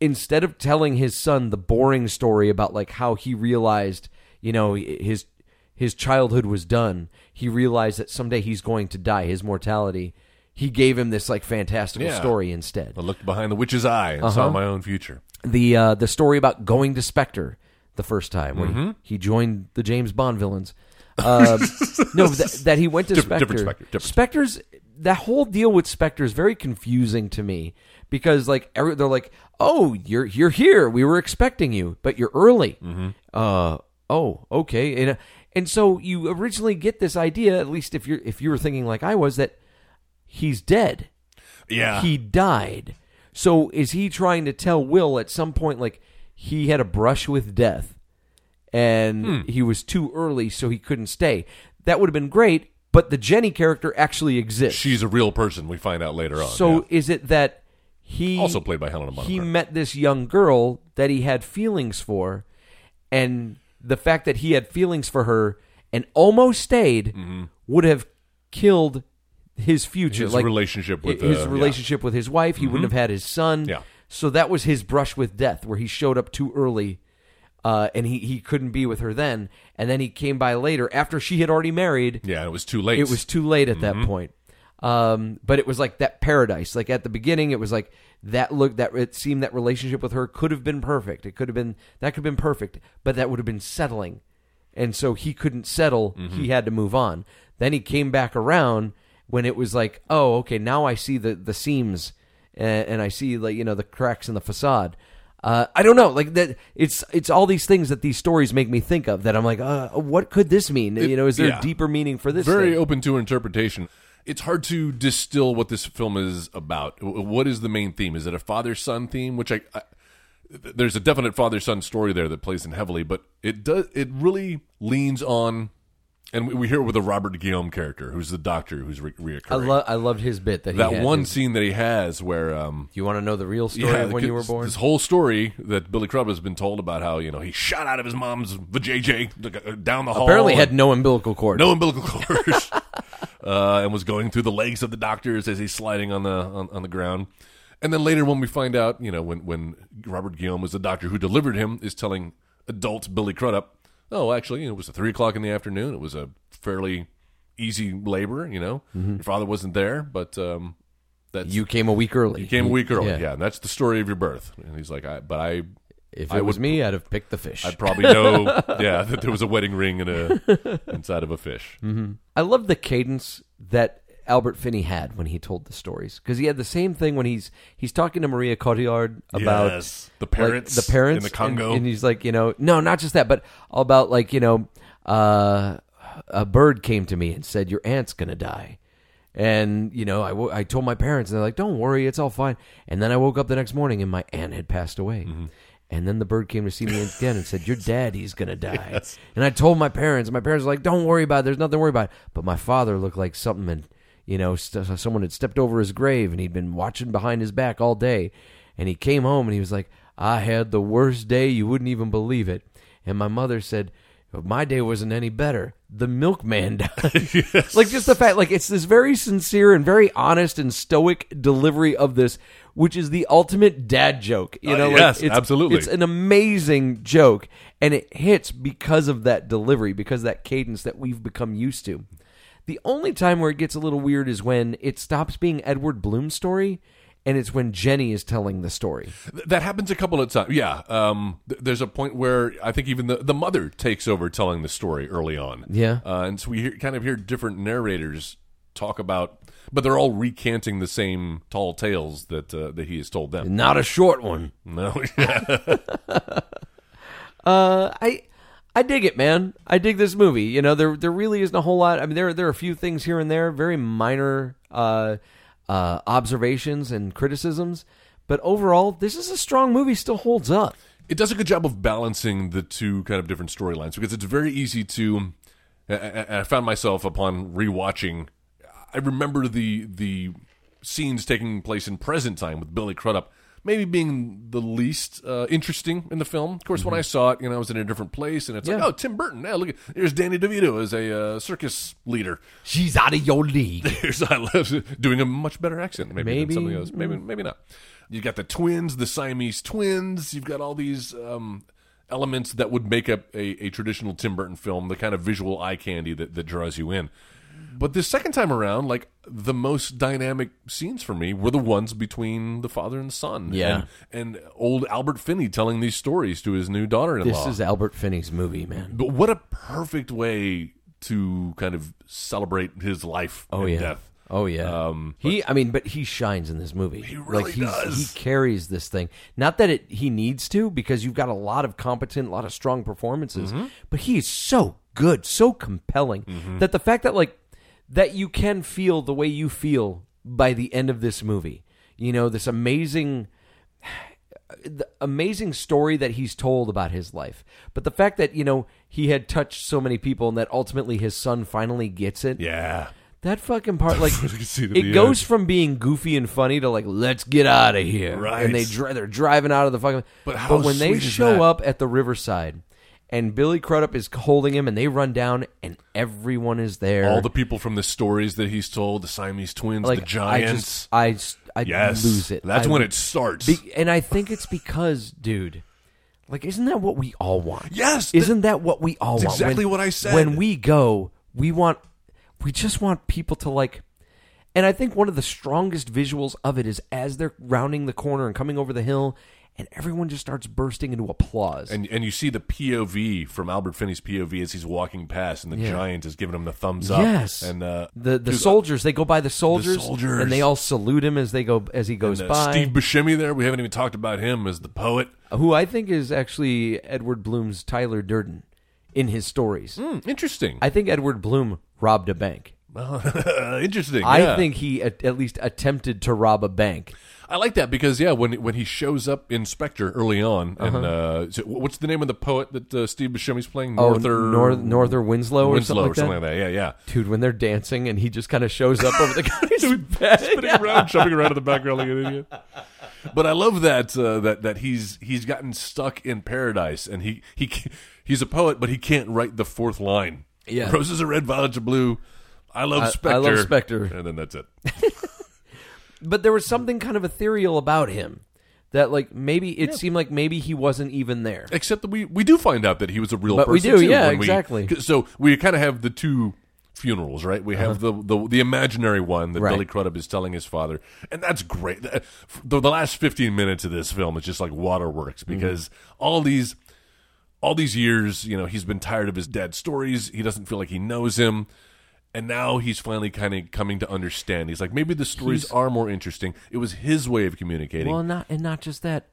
instead of telling his son the boring story about like how he realized, you know, his his childhood was done. He realized that someday he's going to die. His mortality. He gave him this like fantastical
Yeah.
story instead
I looked behind the witch's eye and
Uh-huh.
saw my own future.
the uh, the story about going to Spectre the first time when
Mm-hmm.
he, he joined the James Bond villains. Uh, no, that, that he went to
Different-
Spectre.
different Spectre, different
Spectre's that whole deal with Spectre is very confusing to me because like every, they're like, oh, you're you're here. We were expecting you, but you're early.
Mm-hmm.
Uh oh, okay. And uh, and so you originally get this idea, at least if you're if you were thinking like I was, that he's dead
Yeah,
he died. So is he trying to tell Will at some point like he had a brush with death and he was too early so he couldn't stay. That would have been great, but the Jenny character actually exists.
she's a real person. We find out later on.
so
yeah.
is it that he
Also played by Helena Bonham
He
Carter.
met this young girl that he had feelings for and the fact that he had feelings for her and almost stayed would have killed his future
Mm-hmm. his
like
relationship with
his
uh, yeah. Mm-hmm.
relationship with his wife. He wouldn't have had his son.
Yeah.
So that was his brush with death, where he showed up too early, uh, and he he couldn't be with her then. And then he came by later after she had already married.
Yeah, and it was too late. Mm-hmm.
It was too late at that point. Um, but it was like that paradise. Like at the beginning, it was like that look that it seemed that relationship with her could have been perfect. It could have been that could have been perfect, but that would have been settling. And so he couldn't settle.
Mm-hmm.
He had to move on. Then he came back around when it was like, oh, okay, now I see the the seams and, and I see like you know the cracks in the facade. Uh, I don't know, like that. It's it's all these things that these stories make me think of. That I'm like, uh, what could this mean? you know, is there
yeah.
a deeper meaning for this?
very
thing?
open to interpretation. It's hard to distill what this film is about. W- What is the main theme? Is it a father son theme? Which I, I there's a definite father son story there that plays in heavily, but it does it really leans on And we, we hear it with the Robert Guillaume character, who's the doctor, who's re- reoccurring.
I love I loved his bit that he
that
had.
one scene that he has where um,
You want to know the real story of
the
when
kid-
you were born?
This whole story that Billy Crudup has been told about how you know he shot out of his mom's vajayjay down the hall.
Apparently had
and
no umbilical cord.
no umbilical cord, uh, and was going through the legs of the doctors as he's sliding on the on, on the ground. And then later, when we find out, you know, when when Robert Guillaume was the doctor who delivered him, is telling adult Billy Crudup, "Oh, actually, it was at three o'clock in the afternoon. It was a fairly easy labor. You know,
Mm-hmm.
your father wasn't there, but." Um, that's
You came a week early.
you came a week early.
Yeah.
Yeah. and that's the story of your birth. And he's like, I, but I,
if it
I
was
would-
me, I'd have picked the fish.
I probably know, yeah, that there was a wedding ring in a inside of a fish.
I love the cadence that Albert Finney had when he told the stories because he had the same thing when he's he's talking to Maria Cotillard about
Yes, the
like,
parents
the parents
in the Congo.
and, and he's like, you know, no, not just that, but all about like you know, uh, a bird came to me and said your aunt's gonna die. And you know, I, wo- I told my parents, and they're like, "Don't worry, it's all fine." And then I woke up the next morning, and my aunt had passed away. And then the bird came to see me again and said, "Your daddy's gonna die." And I told my parents, and my parents were like, "Don't worry about it. There's nothing to worry about." But my father looked like something, and you know, st- someone had stepped over his grave, and he'd been watching behind his back all day. And he came home, and he was like, "I had the worst day. You wouldn't even believe it." And my mother said, "My day wasn't any better. The milkman died." Like just the fact, like it's this very sincere and very honest and stoic delivery of this, which is the ultimate dad joke. You
Uh,
know,
yes,
like, it's,
absolutely.
It's an amazing joke, and it hits because of that delivery, because of that cadence that we've become used to. The only time where it gets a little weird is when it stops being Edward Bloom's story, and it's when Jenny is telling the story.
Th- that happens a couple of times. Yeah, um, th- there's a point where I think even the, the mother takes over telling the story early on.
Yeah.
uh, and so we hear, kind of hear different narrators talk about, but they're all recanting the same tall tales that uh, that he has told them.
Not a short one.
No, yeah.
Uh, I I dig it, man. I dig this movie. You know, there there really isn't a whole lot. I mean, there there are a few things here and there, very minor uh, uh, observations and criticisms, but overall, this is a strong movie. Still holds up.
it does a good job of balancing the two kind of different storylines because it's very easy to. I- I, I found myself upon rewatching. I remember the the scenes taking place in present time with Billy Crudup, maybe being the least uh, interesting in the film. Of course, when I saw it, you know, I was in a different place, and it's like,
Yeah.
oh, Tim Burton. Yeah, look, at, there's Danny DeVito as a uh, circus leader.
She's out of your league.
Here's I love doing a much better accent, maybe,
Maybe.
than somebody else. Maybe maybe not. You've got the twins, the Siamese twins. You've got all these um, elements that would make up a, a traditional Tim Burton film, the kind of visual eye candy that, that draws you in. But this second time around, like the most dynamic scenes for me were the ones between the father and son.
Yeah.
And, and old Albert Finney telling these stories to his new daughter in law.
This is Albert Finney's movie, man.
But what a perfect way to kind of celebrate his life
Oh
and
yeah.
death. Um,
Oh yeah. he, I mean, but he shines in this movie. He
really
like, he's-
does.
He carries this thing. Not that it he needs to, because you've got a lot of competent, a lot of strong performances.
Mm-hmm.
But he is so good, so compelling that the fact that like that you can feel the way you feel by the end of this movie. You know, this amazing the amazing story that he's told about his life. But the fact that, you know, he had touched so many people and that ultimately his son finally gets it.
Yeah.
That fucking part, like,
You can see it at
it
the
goes
end.
from being goofy and funny to like, let's get out of here,
Right.
And they dri- they're driving out of the fucking.
But how
when they
sweet is
show
that?
up at the riverside, and Billy Crudup is holding him, and they run down, and everyone is there.
All the people from the stories that he's told, the Siamese twins,
like
the giants.
I just, I, I
yes.
lose it.
That's
I-
when it starts.
Be- and I think it's because, dude, like, isn't that what we all want?
Yes, th-
Isn't that what we all
That's
want?
exactly what I said.
When we go, we want, we just want people to like. And I think one of the strongest visuals of it is as they're rounding the corner and coming over the hill, and everyone just starts bursting into applause.
and and you see the POV from Albert Finney's POV as he's walking past, and the
Yeah.
giant is giving him the thumbs up.
yes,
and uh,
the the
dude,
soldiers they go by the soldiers,
soldiers.
and they all salute him as they go as he goes
and, uh,
by.
Steve Buscemi there. We haven't even talked about him as the poet.
who I think is actually Edward Bloom's Tyler Durden in his stories.
Hmm, interesting.
I think Edward Bloom robbed a bank.
interesting.
I
yeah.
think he at, at least attempted to rob a bank.
I like that because yeah, when when he shows up in Spectre early on, and uh, is it- what's the name of the poet that uh, Steve Buscemi's playing?
Uh-huh. Oh,
Norther
Nor- Norther Winslow, or
Winslow
something like that.
Yeah, yeah.
Dude, when they're dancing and he just kind of shows up over the guy's bed.
spinning around, jumping around in the background like an idiot. But I love that uh, that that he's he's gotten stuck in paradise, and he he ca- he's a poet, but he can't write the fourth line.
Yeah.
roses are red, violets are blue. I love
I- I
Spectre.
love Spectre.
and then that's it.
But there was something kind of ethereal about him that, like, maybe it seemed like maybe he wasn't even there.
Except that we we do find out that he was a real
But we
person.
do,
too,
yeah,
when we-
exactly.
'cause- so we kind of have the two funerals, right? We have the, the the imaginary one that
Uh-huh. Right.
Billy Crudup is telling his father, and that's great. The, the the last fifteen minutes of this film is just like waterworks
Mm-hmm.
because all these all these years, you know, he's been tired of his dad's stories. He doesn't feel like he knows him. And now he's finally kind of coming to understand. He's like, maybe the stories are more interesting. It was his way of communicating.
Well, not and not just that.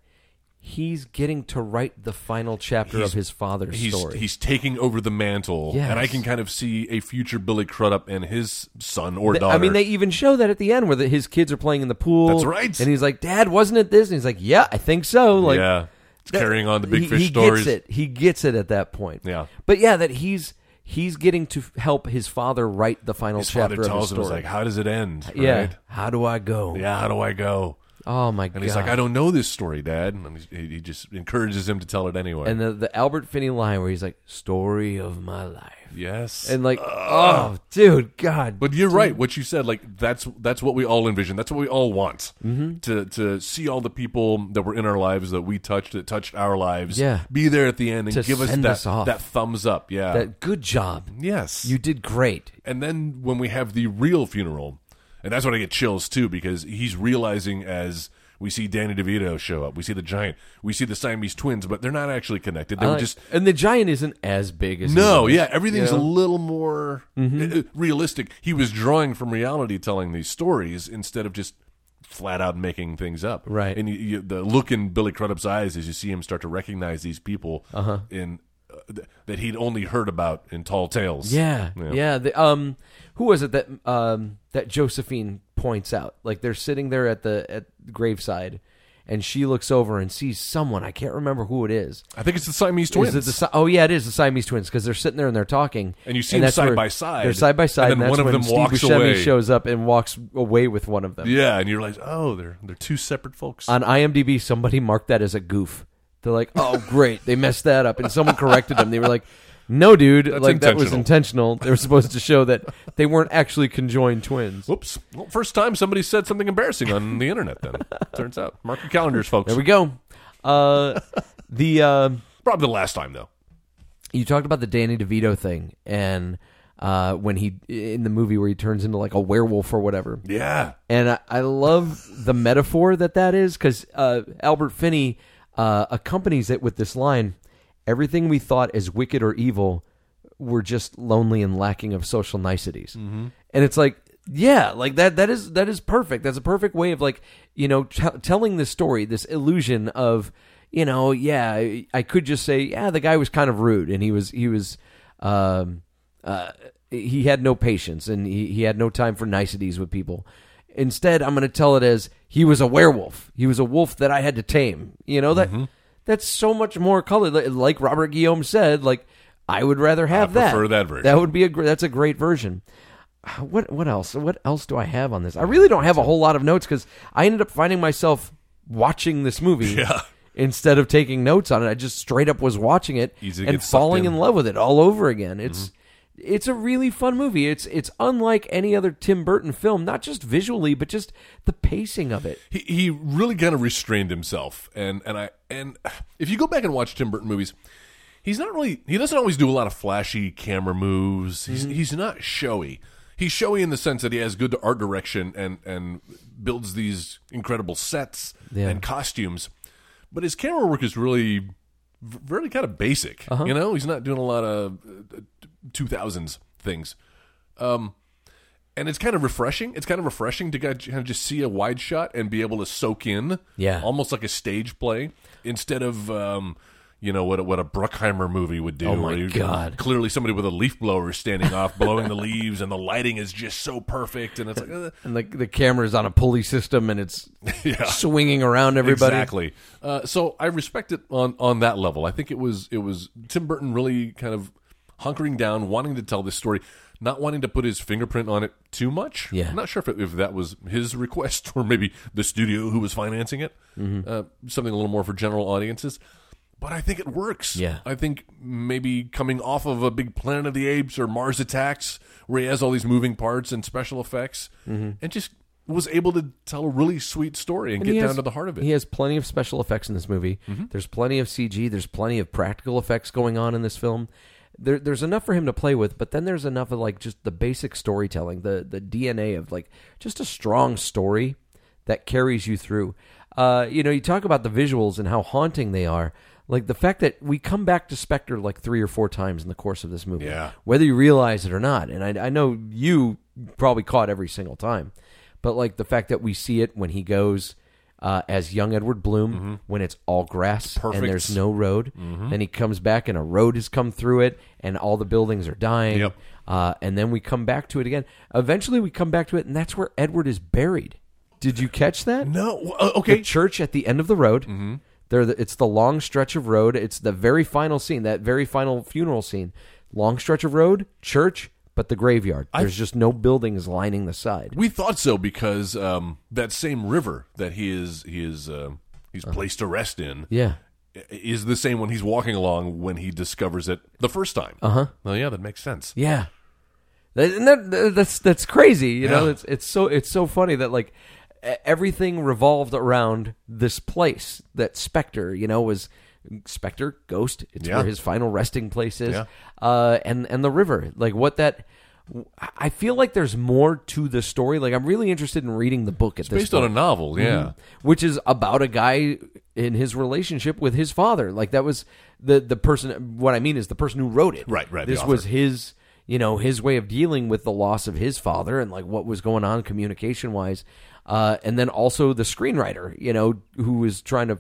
He's getting to write the final chapter
He's-
of his father's
he's,
story.
He's taking over the mantle,
Yes.
and I can kind of see a future Billy Crudup and his son or
Th-
daughter.
I mean, they even show that at the end where the, his kids are playing in the pool.
That's right.
And he's like, "Dad, wasn't it this?" And he's like, "Yeah, I think so." Like,
yeah, It's
that-
carrying on the big
he,
fish
he
stories.
Gets it. He gets it at that point.
Yeah.
But yeah, that he's he's getting to f- help his father write the final
His
chapter
father tells
of his story. Uh,
him, "He's like, how does it end? Right?
yeah. How do I go?
yeah. How do I go?"
Oh my god.
And he's like, "I don't know this story, Dad." And he's- he he just encourages him to tell it anyway.
And the, the Albert Finney line where he's like, "Story of my life,"
yes, Uh.
and like, oh, dude, God,
But you're right. What you said, like that's that's what we all envision. That's what we all want
Mm-hmm.
to to see all the people that were in our lives that we touched that touched our lives.
Yeah.
be there at the end and
To
give us
send
that
us off.
that thumbs up. Yeah,
that good job.
yes.
You did great.
and then when we have the real funeral, and that's when I get chills too because he's realizing as. We see Danny DeVito show up. We see the giant. We see the Siamese twins, but they're not actually connected. They
I
were
like-
just
and the giant isn't as big as he
no,
was.
yeah, everything's
Yeah. Mm-hmm.
a little more uh, uh, realistic. He was drawing from reality, telling these stories instead of just flat out making things up.
Right.
And you, you, the look in Billy Crudup's eyes as you see him start to recognize these people
Uh-huh.
in uh, th- that he'd only heard about in tall tales.
Yeah, yeah.
Yeah.
The, um, who was it that um that Josephine points out? Like they're sitting there at the at the graveside, and she looks over and sees someone. I can't remember who it is.
I think it's the Siamese
Is
twins.
it the Si- oh yeah, it is the Siamese twins because they're sitting there and they're talking,
And you see them
that's
side
where-
by side.
They're side by
And
side,
then
and, that's
one of
when
them
Steve
walks
Buscemi
away.
shows up and walks away with one of them.
yeah, and you realize, oh, they're they're two separate folks.
On IMDb, somebody marked that as a goof. They're like, "Oh, great, they messed that up," and someone corrected them. They were like. No, dude. like that was intentional. They were supposed to show that they weren't actually conjoined twins.
Whoops! Well, first time somebody said something embarrassing on the internet. Then turns out, mark your calendars, folks.
There we go. Uh, the um
Probably the last time though.
you talked about the Danny DeVito thing, and uh, when he in the movie where he turns into like a werewolf or whatever,
Yeah,
and I, I love the metaphor that that is because uh, Albert Finney uh, accompanies it with this line: "Everything we thought as wicked or evil were just lonely and lacking of social niceties," and it's like. Yeah, like that. That is that is perfect. That's a perfect way of like you know t- telling this story, this illusion of you know, yeah, I, I could just say, yeah, the guy was kind of rude, and he was he was um, uh, he had no patience and he, he had no time for niceties with people. Instead, I'm going to tell it as he was a werewolf. He was a wolf that I had to tame. You know
Mm-hmm.
that that's so much more color. Li- Like Robert Guillaume said, like I would rather have that.
prefer that version.
That would be a gr- that's a great version. Uh, What what else? What else do I have on this? I really don't have a whole lot of notes because I ended up finding myself watching this movie instead of taking notes on it. I just straight up was watching it
Easy to
and
get sucked
falling
in. Mm-hmm.
in love with it all over again. It's it's a really fun movie. It's it's unlike any other Tim Burton film, not just visually, but just the pacing of it.
he he really kind of restrained himself and and i and if you go back and watch tim burton movies he's not really he doesn't always do a lot of flashy camera moves he's he's not showy he's showy in the sense that he has good art direction and and builds these incredible sets
Yeah.
and costumes but his camera work is really v- really kind of basic
Uh-huh.
you know he's not doing a lot of uh, 2000s things Um, and it's kind of refreshing. It's kind of refreshing to get- kind of just see a wide shot and be able to soak in,
Yeah.
almost like a stage play instead of um, you know what a, what a Bruckheimer movie would do.
Oh, my
where you-
God.
Clearly, somebody with a leaf blower is standing off, blowing the leaves, and the lighting is just so perfect, and it's like. uh,
And the the camera's on a pulley system and it's swinging around everybody.
Exactly. Uh, so I respect it on on that level. I think it was it was Tim Burton really kind of hunkering down, wanting to tell this story, not wanting to put his fingerprint on it too much.
Yeah.
I'm not sure if it, if that was his request or maybe the studio who was financing it.
Mm-hmm.
Uh, something a little more for general audiences. But I think it works.
Yeah.
I think maybe coming off of a big Planet of the Apes or Mars Attacks, where he has all these moving parts and special effects, and just was able to tell a really sweet story and,
Mm-hmm. And
get
he
down
has-
to the heart of it. Mm-hmm.
He has plenty of special effects in this movie. There's plenty of CG. There's plenty of practical effects going on in this film. There, there's enough for him to play with, but then there's enough of like just the basic storytelling, the the DNA of like just a strong story that carries you through. Uh, you know, you talk about the visuals and how haunting they are. Like the fact that we come back to Spectre like three or four times in the course of this movie,
Yeah.
whether you realize it or not. And I, I know you probably caught every single time, but like the fact that we see it when he goes uh, as young Edward Bloom, when it's all grass
Mm-hmm. Perfect. Mm-hmm.
and there's no road, then he comes back and a road has come through it, and all the buildings are dying.
Yep.
Uh, and then we come back to it again. Eventually, we come back to it, and that's where Edward is buried. Did you catch that?
No. uh,
the
okay. Mm-hmm.
church at the end of the road. There, the, it's the long stretch of road. It's the very final scene, that very final funeral scene. Long stretch of road, church, but the graveyard. There's just no buildings lining the side.
We thought so because um, that same river that he is he is um he's
Uh-huh.
placed to rest in
yeah,
i- is the same one he's walking along when he discovers it the first time. Uh huh. Well, yeah, that makes sense.
Uh-huh. yeah. That- and that- that's that's crazy. You know,
Yeah.
it's it's so it's so funny that like e- everything revolved around this place that Spectre. You know, was Spectre ghost. It's
Yeah.
where his final resting place is.
Yeah.
uh, and and the river. Like what that. I feel like there's more to the story. Like I'm really interested in reading the book at this
Based on a
point,
novel, yeah.
which is about a guy in his relationship with his father. Like that was the the person. What I mean is the person who wrote it.
Right, right, the
This
author.
was his. You know his way of dealing with the loss of his father and like what was going on communication wise, uh, and then also the screenwriter. You know who was trying to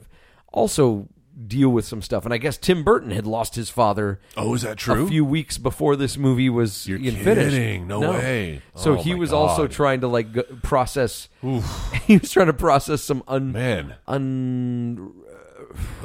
also deal with some stuff. And I guess Tim Burton had lost his father
Oh, is that true?
a few weeks before this movie was
You're
even finished.
kidding. No way.
So
Oh,
he
my
was also
God.
trying to like go- process. he was trying to process some un-
Man,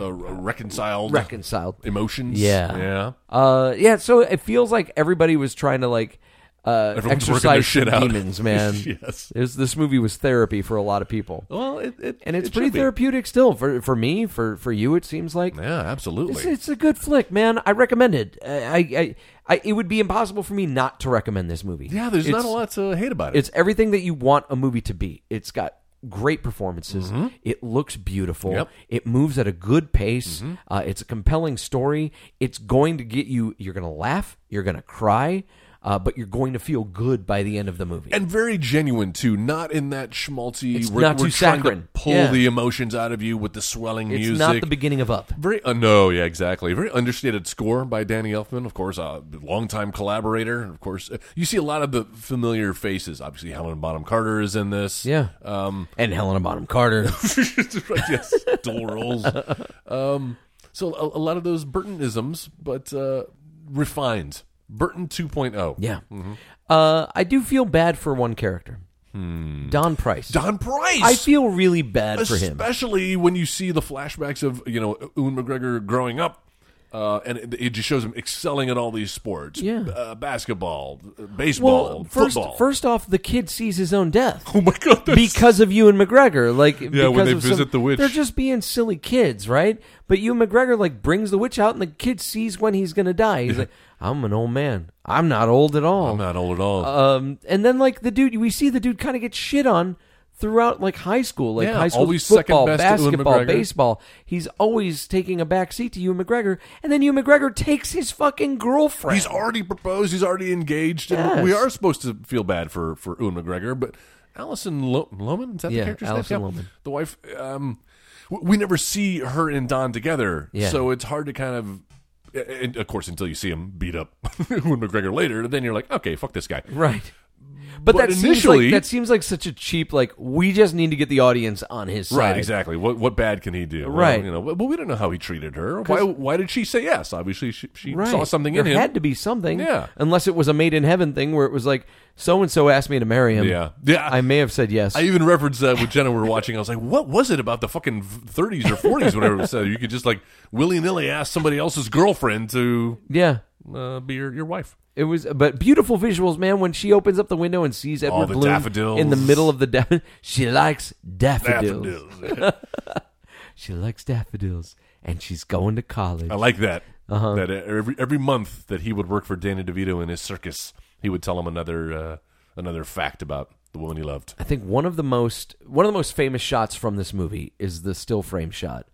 unreconciled.
uh, reconciled emotions.
Yeah.
Yeah.
Uh, yeah. So it feels like everybody was trying to like uh,
Everyone's working their
exercise
shit
some
out.
demons, man.
Yes.
It was- this movie was therapy for a lot of people,
Well, it, it
and it's
it
pretty
should be.
therapeutic still for for me for for you. It seems like.
Yeah, absolutely.
It's, it's a good flick, man. I recommend it. I, I, I, it would be impossible for me not to recommend this movie.
yeah, there's
It's-
not a lot to hate about it.
It's everything that you want a movie to be. It's got great performances. It looks beautiful.
Mm-hmm. Yep. Mm-hmm.
It moves at a good pace. Uh, it's a compelling story. It's going to get you. You're going to laugh. You're going to cry. Uh, but you're going to feel good by the end of the movie.
and very genuine too. Not in that schmaltzy.
It's
we're,
not
we're
too
trying
saccharine.
To pull
Yeah.
the emotions out of you with the swelling
it's
music.
not the beginning of Up.
very uh, no, yeah, exactly. Very understated score by Danny Elfman, of course, a uh, longtime collaborator. And Of course, uh, you see a lot of the familiar faces. Obviously, Helen Bonham Carter is in this.
Yeah.
Um,
And Helena Bonham Carter.
right, yes, dual roles. Um, so a, a lot of those Burtonisms, but uh, refined. Burton oh. 2.0.
yeah.
Mm-hmm.
Uh, I do feel bad for one character, Don Price.
Hmm. Don Price.
I feel really bad for him.
especially when you see the flashbacks of you know Ewan McGregor growing up, uh, and it, it just shows him excelling at all these sports.
Yeah.
uh, basketball, uh, baseball,
Well, first,
football.
first off, the kid sees his own death.
oh my god, that's,
because of you and McGregor. Like
Yeah,
because
when they
of some-
visit the witch.
they're just being silly kids, right? But you and McGregor like brings the witch out, and the kid sees when he's gonna die. He's like, "I'm an old man. I'm not old at all."
I'm not old at all.
um, and then like the dude, we see the dude kind of get shit on throughout like high school, like
Yeah,
high school
always second
football,
best to Ewan
basketball,
McGregor.
baseball. He's always taking a back seat to you and McGregor, and then you and McGregor takes his fucking girlfriend.
he's already proposed. He's already engaged.
Yes.
And we are supposed to feel bad for for Ewan McGregor, but Allison Lo- Loman is that
Yeah,
the character's
Alison
name?
Lohman.
the wife. Um, w- we never see her and Don together,
Yeah.
so it's hard to kind of. And of course, until you see him beat up Ewan McGregor later, then you're like, okay, fuck this guy.
right. But,
But
that seems
initially-
like, that seems like such a cheap like we just need to get the audience on his side.
Right, exactly. What what bad can he do? Well,
Right.
you know, but but we don't know how he treated her. Why why did she say yes? Obviously, she, she
Right.
saw something
there
in him.
had to be something.
Yeah.
Unless it was a made in heaven thing where it was like so and so asked me to marry him.
Yeah. Yeah.
I may have said yes.
I even referenced that with Jenna. We were watching. I was like, "What was it about the fucking thirties or forties, whatever it said? You could just like willy nilly ask somebody else's girlfriend to
yeah.
uh, be your, your wife."
It was, but beautiful visuals, man. When she opens up the window and sees Edward
All the
Bloom
daffodils.
in the middle of the da- she likes daffodils.
Daffodils.
She likes daffodils, and she's going to college.
I like that.
Uh-huh.
That every every month that he would work for Danny DeVito in his circus, he would tell him another uh, another fact about the woman he loved.
I think one of the most one of the most famous shots from this movie is the still frame shot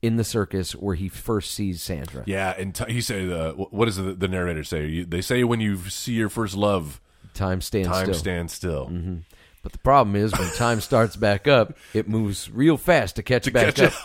in the circus where he first sees Sandra.
Yeah, and t- he said, uh, wh- "What does the, the narrator say? You, they say when you see your first love,
Time stands
time
still. Mm-hmm.
stands still."
But the problem is when time starts back up, it moves real fast to catch back
Catch
up.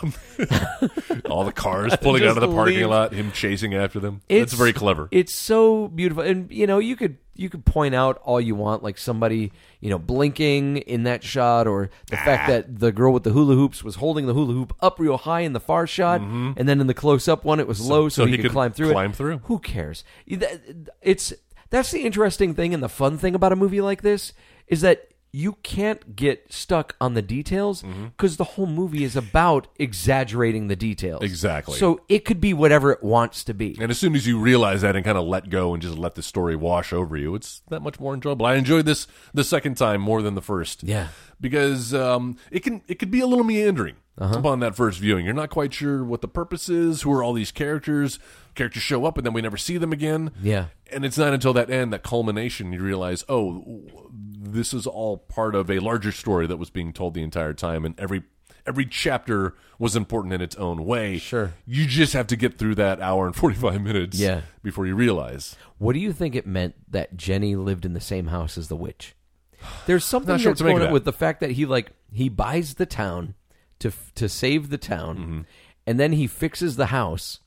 up. All the cars pulling out of the
Just
parking
leaves.
lot, him chasing after them. It's, very clever.
It's so beautiful, and you know you could you could point out all you want, like somebody you know blinking in that shot, or the fact that the girl with the hula hoops was holding the hula hoop up real high in the far shot, and then in the close up one it was low, so,
Mm-hmm. so
he, could, climb through.
climb
it.
through.
Who cares? That- It's that's the interesting thing and the fun thing about a movie like this is that. You can't get stuck on the details
Mm-hmm.
because the whole movie is about exaggerating the details.
Exactly.
So it could be whatever it wants to be.
and as soon as you realize that and kind of let go and just let the story wash over you, it's that much more enjoyable. I enjoyed this the second time more than the first.
Yeah.
because um, it can it could be a little meandering
Uh-huh.
upon that first viewing. You're not quite sure what the purpose is. Who are all these characters? Characters show up and then we never see them again.
Yeah.
and it's not until that end, that culmination, you realize, oh, w- this is all part of a larger story that was being told the entire time, and every every chapter was important in its own way.
Sure.
you just have to get through that hour and forty five minutes.
Yeah.
before you realize.
What do you think it meant that Jenny lived in the same house as the witch? There's something
Not sure what
that's
to make
going
of
on
that.
with the fact that he like he buys the town to f- to save the town, and then he fixes the house.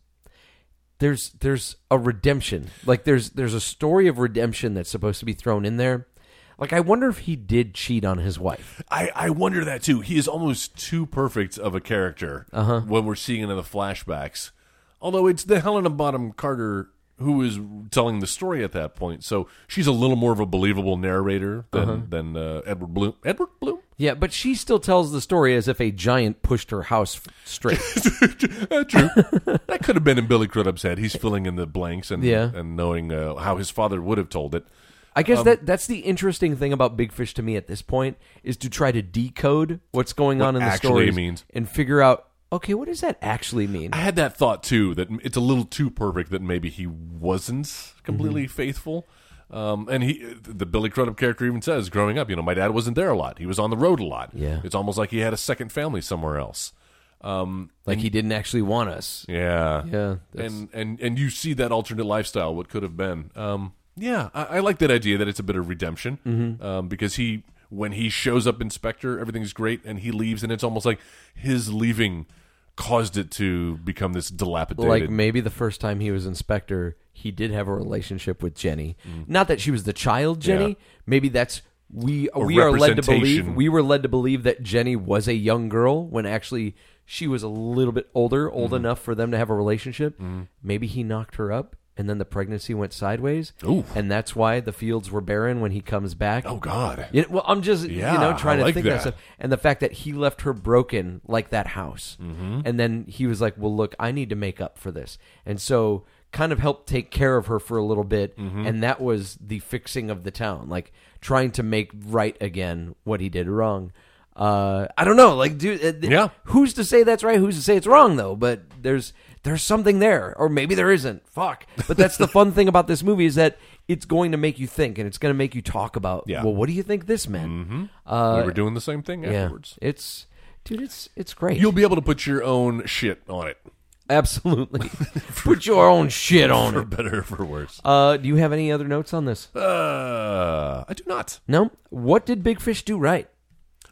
There's there's a redemption, like there's there's a story of redemption that's supposed to be thrown in there. Like I wonder if he did cheat on his wife.
I, I wonder that too. He is almost too perfect of a character
Uh-huh.
when we're seeing it in the flashbacks. Although it's the Helena Bottom Carter who is telling the story at that point, so she's a little more of a believable narrator than
Uh-huh.
than uh, Edward Bloom. Edward Bloom.
Yeah, but she still tells the story as if a giant pushed her house f- straight.
Uh, true. that could have been in Billy Crudup's head. He's filling in the blanks and
Yeah.
and knowing uh, how his father would have told it.
I
Um,
guess that that's the interesting thing about Big Fish to me at this point is to try to decode what's going on in the
actually
story
means.
and figure out okay, what does that actually mean?
I had that thought too that it's a little too perfect that maybe he wasn't completely
Mm-hmm.
faithful. Um, and he, the Billy Crudup character even says, growing up, you know, my dad wasn't there a lot. He was on the road a lot.
Yeah.
it's almost like he had a second family somewhere else.
Like he didn't actually want us.
Yeah,
Yeah, that's-
And and and you see that alternate lifestyle, what could have been. Um, yeah, I, I like that idea that it's a bit of redemption
Mm-hmm.
um, because he, when he shows up, Inspector, everything's great, and he leaves, and it's almost like his leaving caused it to become this dilapidated.
Like maybe the first time he was inspector, he did have a relationship with Jenny. Not that she was the child Jenny.
Mm-hmm. Yeah.
Maybe that's we we are led to believe
representation.
we were led to believe that Jenny was a young girl when actually she was a little bit older, old
Mm-hmm.
enough for them to have a relationship. Maybe he knocked her up and then the pregnancy went sideways.
Ooh.
And that's why the fields were barren when he comes back.
oh God,
You know, well, I'm just you
Yeah,
know trying
I
to
like
think that.
that.
stuff, and the fact that he left her broken like that house, mm-hmm. and then he was like, "Well, look, I need to make up for this," and so kind of helped take care of her for a little bit,
Mm-hmm.
and that was the fixing of the town, like trying to make right again what he did wrong. Uh, I don't know, like, dude, uh, th-
Yeah.
who's to say that's right? Who's to say it's wrong though? But there's there's something there, or maybe there isn't. Fuck. But that's the fun thing about this movie is that it's going to make you think, and it's going to make you talk about.
Yeah.
Well, what do you think this meant?
we were doing the same thing
Uh, Yeah.
afterwards.
It's dude, it's it's great.
You'll be able to put your own shit on it,
Absolutely put your own shit on
for
it.
better or for worse.
Uh, do you have any other notes on this?
Uh, I do not.
No. What did Big Fish do right?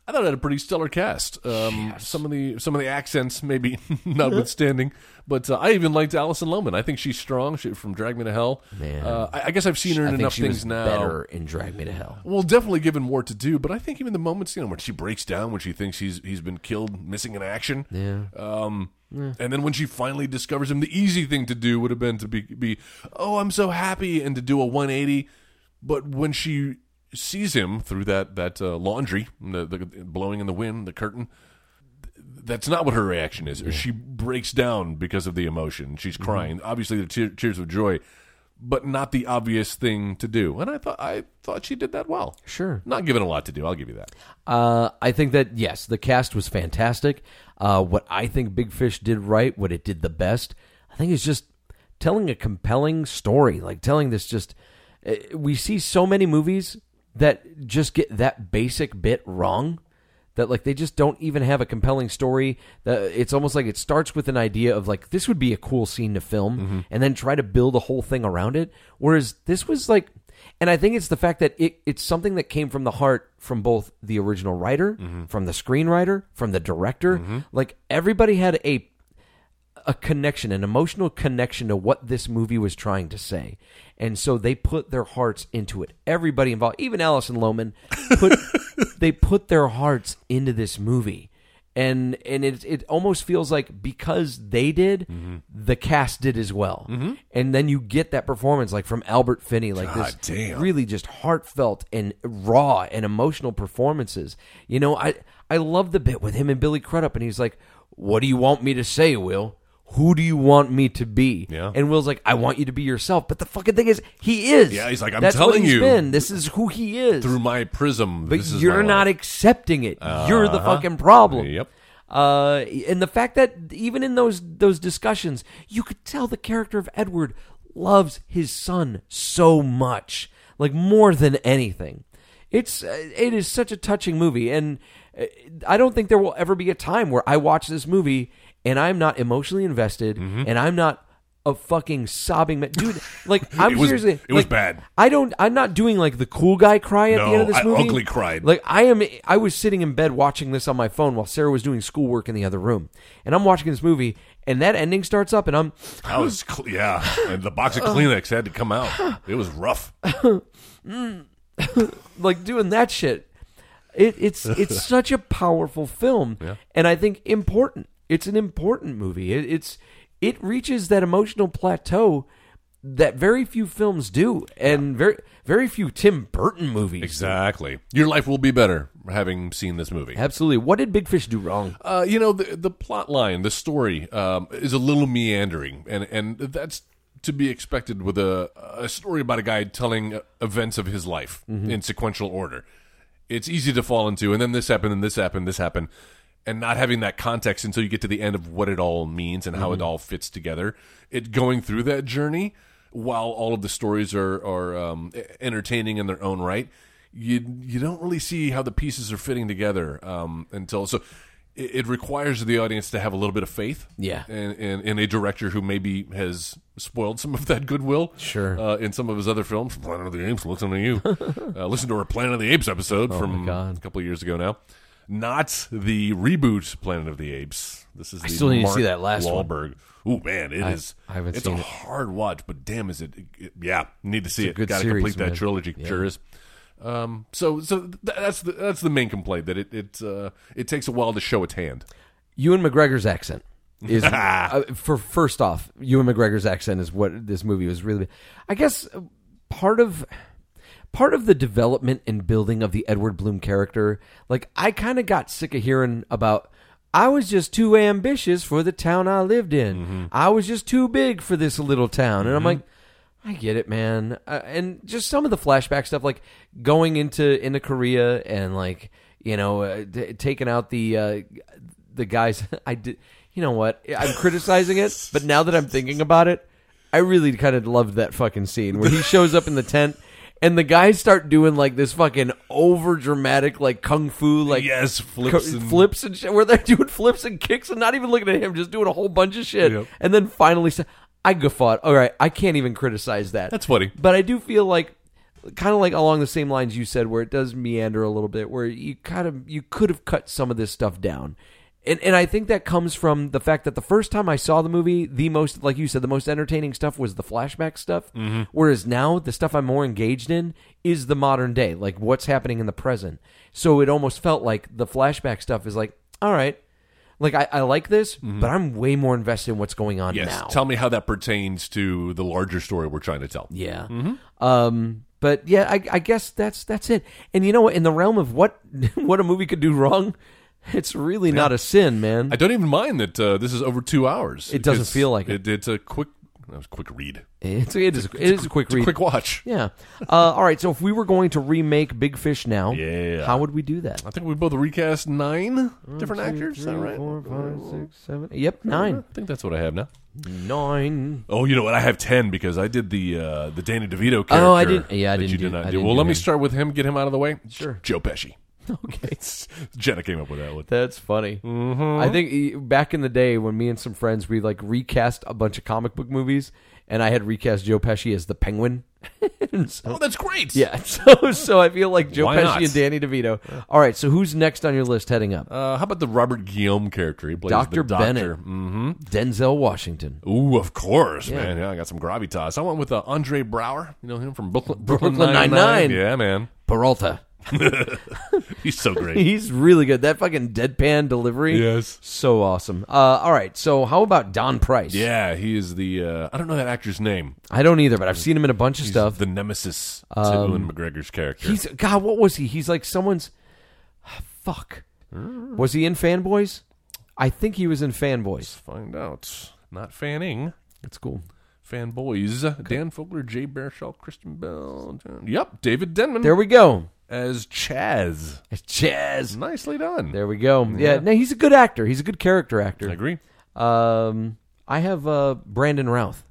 I thought it had a pretty stellar cast. Um, Some of the some of the accents, maybe notwithstanding, but uh, I even liked Allison Lohman. I think she's strong. She, from Drag Me to Hell,
Man.
Uh, I, I guess I've seen her in
I think
enough
she
things
was
now.
better in Drag Me to Hell.
Well, definitely given more to do, but I think even the moments, you know, when she breaks down, when she thinks he's he's been killed, missing in action,
Yeah.
um, and then when she finally discovers him, the easy thing to do would have been to be, be, oh, I'm so happy, and to do a 180. But when she sees him through that that uh, laundry, the, the blowing in the wind, the curtain, th- that's not what her reaction is. She breaks down because of the emotion. She's
Mm-hmm.
crying. Obviously, the tear, tears of joy. But not the obvious thing to do, and I thought I thought she did that well.
Sure.
not given a lot to do. I'll give you that.
Uh, I think that yes, the cast was fantastic. Uh, what I think Big Fish did right, what it did the best, I think is just telling a compelling story. Like telling this, just eh, we see so many movies that just get that basic bit wrong. That like they just don't even have a compelling story. That it's almost like it starts with an idea of like this would be a cool scene to film, and then try to build a whole thing around it. Whereas this was like and I think it's the fact that it, it's something that came from the heart from both the original writer, from the screenwriter, from the director. Like everybody had a a connection, an emotional connection to what this movie was trying to say. And so they put their hearts into it. Everybody involved, even Allison Lohman, put they put their hearts into this movie. And and it it almost feels like because they did, the cast did as well. And then you get that performance like from Albert Finney, like this
damn.
really just heartfelt and raw and emotional performances. You know, I I love the bit with him and Billy Crudup, and he's like, "What do you want me to say, Will? Who do you want me to be?"
Yeah.
And Will's like, "I want you to be yourself." But the fucking thing is, he is.
Yeah, he's like, "I'm
That's what
telling
he's
you."
been. this is who he is."
Through my prism,
but
this is
you're
my
not
life. Uh-huh.
accepting it. You're the fucking problem.
Yep.
Uh, and the fact that even in those those discussions, you could tell the character of Edward loves his son so much, like more than anything. It's uh, it is such a touching movie, and uh, I don't think there will ever be a time where I watch this movie and I'm not emotionally invested,
Mm-hmm.
and I'm not a fucking sobbing ma- dude. Like I'm
It was-
seriously,
it was
like,
bad.
I don't. I'm not doing like the cool guy cry at the end
No,
of this
I
movie.
ugly cried.
Like I am. I was sitting in bed watching this on my phone while Sarah was doing schoolwork in the other room, and I'm watching this movie, and that ending starts up, and I'm
I was, cl- yeah. And the box of Kleenex had to come out. It was rough.
like doing that shit. It, it's it's such a powerful film, and I think important. It's an important movie. It, it's it reaches that emotional plateau that very few films do, and very very few Tim Burton movies. do.
Exactly. Your life will be better having seen this movie.
Absolutely. What did Big Fish do wrong?
Uh, you know, the, the plot line, the story, um, is a little meandering, and and that's to be expected with a a story about a guy telling e, events of his life in sequential order. It's easy to fall into, and then this happened, and this happened, this happened, and not having that context until you get to the end of what it all means and how it all fits together. It going through that journey while all of the stories are are um, e- entertaining in their own right. You you don't really see how the pieces are fitting together um, until so it, it requires the audience to have a little bit of faith.
Yeah.
And, and, and a director who maybe has spoiled some of that goodwill.
Sure.
Uh, in some of his other films, Planet of the Apes, listen to you. uh, listen to our Planet of the Apes episode from
Oh, God.
a couple of years ago now. Not the reboot Planet of the Apes. This is the
still need to
Mark
see that last one.
Wahlberg. Ooh man, it is.
I haven't
it's
seen
a
it.
hard watch, but damn, is it? it- yeah, need to see it.
good
Got to
series,
complete that
man.
trilogy. Sure is. Um, so, so th- that's the that's the main complaint that it it uh, it takes a while to show its hand.
Ewan McGregor's accent is uh, for first off, Ewan McGregor's accent is what this movie was really. I guess uh, part of part of the development and building of the Edward Bloom character, like I kind of got sick of hearing about. I was just too ambitious for the town I lived in. I was just too big for this little town, and I'm like. I get it, man, uh, and just some of the flashback stuff, like going into into Korea and like you know uh, t- taking out the uh, the guys. I did, you know what? I'm criticizing it, but now that I'm thinking about it, I really kind of loved that fucking scene where he shows up in the tent and the guys start doing like this fucking over dramatic like kung fu like
Yes, flips and-
flips and shit where they're doing flips and kicks and not even looking at him, just doing a whole bunch of shit,
Yep.
and then finally. sa- I guffawed. All right, I can't even criticize that.
That's funny.
But I do feel like kind of like along the same lines you said, where it does meander a little bit, where you kind of you could have cut some of this stuff down. And, and I think that comes from the fact that the first time I saw the movie, the most, like you said, the most entertaining stuff was the flashback stuff. Whereas now, the stuff I'm more engaged in is the modern day, like what's happening in the present. So it almost felt like the flashback stuff is like, all right, like I, I like this, but I'm way more invested in what's going on
Yes.
now.
Tell me how that pertains to the larger story we're trying to tell.
Yeah. Um, but yeah, I, I guess that's that's it. And you know what? In the realm of what what a movie could do wrong, it's really not a sin, man.
I don't even mind that uh, this is over two hours.
It doesn't
It's-
feel like it.
It's a quick. That was a quick read.
it's, it is it is a quick
It's
read.
a quick watch.
yeah. Uh, all right. So if we were going to remake Big Fish now,
Yeah.
how would we do that?
I think we both recast nine different actors. Is that right?
Yep, nine,
I think that's what I have now.
nine.
Oh, you know what? I have ten because I did the uh, the Danny DeVito character.
Oh, I didn't- yeah, I
that
didn't
you
do-
did not
I
do.
didn't
Well,
do
let me
him.
start with him. Get him out of the way.
Sure.
Joe Pesci.
Okay,
Jenna came up with that one.
that's funny. I think eh, back in the day when me and some friends we like recast a bunch of comic book movies, and I had recast Joe Pesci as the Penguin. And so-
Oh, that's great.
Yeah, so so I feel like Joe
Why
Pesci
not?
and Danny DeVito. All right, so who's next on your list heading up?
Uh, how about the Robert Guillaume character? He plays
Dr.
the doctor.
Bennett.
hmm
Denzel Washington.
Ooh, of course,
Yeah.
man. Yeah, I got some gravitas. I went with uh, Andre Brower. You know him from Brooklyn,
Brooklyn
Brooklyn, Nine
Nine-Nine.
Nine. Yeah, man.
Peralta.
He's so great.
He's really good. That fucking deadpan delivery.
Yes.
So awesome. Uh, all right, so how about Don Price?
yeah, he is the. Uh, I don't know that actor's name.
I don't either, but I've seen him in a bunch of
He's
stuff.
the nemesis to Ewan McGregor's character.
Um, He's God, what was he? He's like someone's fuck.
Mm.
Was he in Fanboys? I think he was in Fanboys.
Find out. Not fanning.
That's cool.
Fanboys. Dan Fogler, Jay Baruchel, Kristen Bell. John- Yep, David Denman
There we go.
as Chaz.
Jazz.
Nicely done.
There we go. Yeah. No, he's a good actor. He's a good character actor.
I agree.
Um, I have uh, Brandon Routh.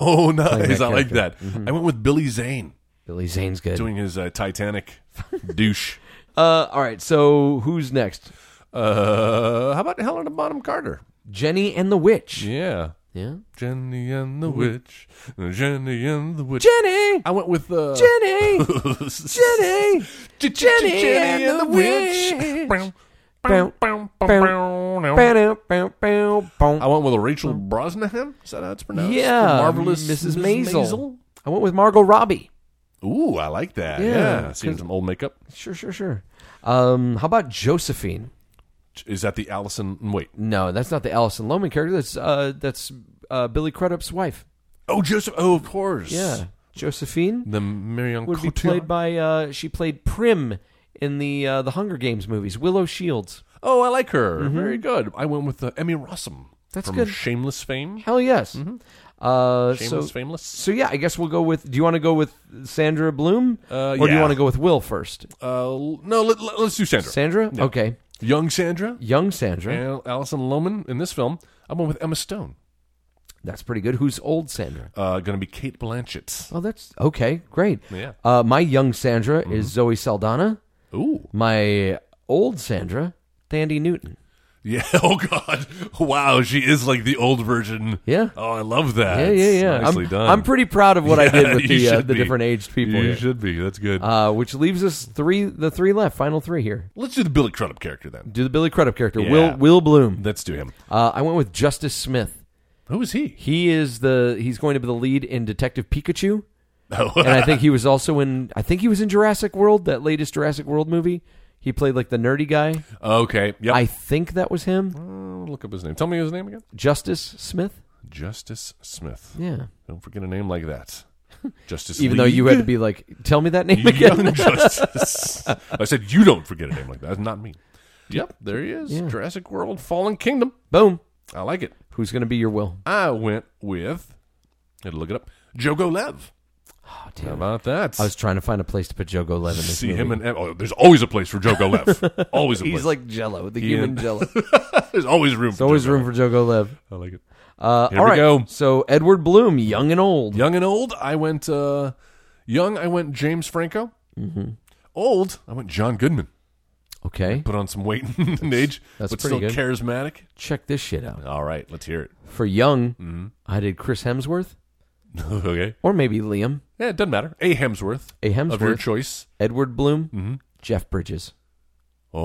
Oh, nice. I like
character.
that. I went with Billy Zane
Billy Zane's good.
doing his uh, Titanic douche.
Uh, all right. So who's next?
Uh, how about Helena Bonham Carter?
Jenny and the Witch.
Yeah.
Yeah.
Jenny and the Witch. Jenny and the Witch.
Jenny.
I went with. Uh,
Jenny.
Jenny.
Jenny and the Witch. Bow, bow, bow,
I
bow, bow, bow, bow.
went with a Rachel Brosnahan. Is that how it's pronounced?
Yeah,
The marvelous
Mrs. Maisel. I went with Margot Robbie.
Ooh, I like that.
Yeah,
Yeah,
cause-
seeing some old makeup.
Sure, sure, sure. Um, how about Josephine?
Is that the Allison? Wait,
No, that's not the Allison Loman character. That's uh, that's uh, Billy Crudup's wife.
oh Joseph. Oh, of course.
Yeah, Josephine.
the Marion
would be
Cotillard.
played by uh, she played Prim in the uh, the Hunger Games movies. Willow Shields.
Oh, I like her. Very good. I went with uh, Emmy Rossum.
Mm-hmm. That's
from
good.
Shameless fame.
Hell yes. Uh, so
Mm-hmm. Shameless fameless.
so yeah, I guess we'll go with. Do you want to go with Sandra Bloom
Uh,
or do you
yeah.
want to go with Will first?
Uh, l- no, let, let, us do Sandra.
Sandra.
Yeah.
Okay,
Young Sandra.
young Sandra.
Al- Allison Lohman in this film. I went with Emma Stone.
That's pretty good. Who's old Sandra?
Uh, going to be Kate Blanchett.
Oh, that's okay. Great.
Yeah. Mm-hmm.
Uh, my young Sandra is Zoe Saldana.
Ooh.
My old Sandra, Thandi Newton.
Yeah. Oh God. Wow. She is like the old version.
Yeah.
Oh, I love that.
Yeah, yeah, yeah.
Nicely
I'm,
done.
I'm pretty proud of what I
Yeah,
did with
you
the uh,
should
the
be.
different aged people.
You
here.
should be. That's good.
Uh, which leaves us three, the three left, final three here.
Let's do the Billy Crudup character then.
Do the Billy Crudup character,
Yeah.
Will Will Bloom.
Let's do him.
Uh, I went with Justice Smith.
Who is he?
He is the he's going to be the lead in Detective Pikachu,
Oh,
and I think he was also in I think he was in Jurassic World, that latest Jurassic World movie. He played like the nerdy guy.
okay. Yep.
I think that was him,
I'll look up his name. Tell me his name again.
Justice Smith.
Justice Smith.
Yeah.
Don't forget a name like that. Justice.
Even though you had to be like, tell me that name again.
Young Justice. I said you don't forget a name like that. That's not me. Yep. There he is.
Yeah.
Jurassic World: Fallen Kingdom.
Boom.
I like it.
Who's going to be your Will?
I went with. Had to look it up. Jogo Lev.
Oh,
How
damn. it.
about that?
I was trying to find a place to put Jogo Levin. in this
see
movie.
him and oh, there's always a place for Jogo Lev. Always a place.
he's like Jello, the
He
human
and-
Jello.
there's always room.
There's always room for Jogo Lev.
I like it.
Uh,
Here
all
we
right.
go.
So Edward Bloom, young and old.
Young and old, I went. uh Young, I went James Franco. Mm-hmm. Old, I went John Goodman.
Okay.
Put on some weight and age,
that's
but
pretty
still
good.
charismatic.
Check this shit out.
All right, let's hear it.
For young, I did Chris Hemsworth.
okay.
or maybe Liam,
Yeah, it doesn't matter. A Hemsworth.
A
Of your
Hemsworth.
choice.
Edward Bloom,
Mm-hmm.
Jeff Bridges.
Oh,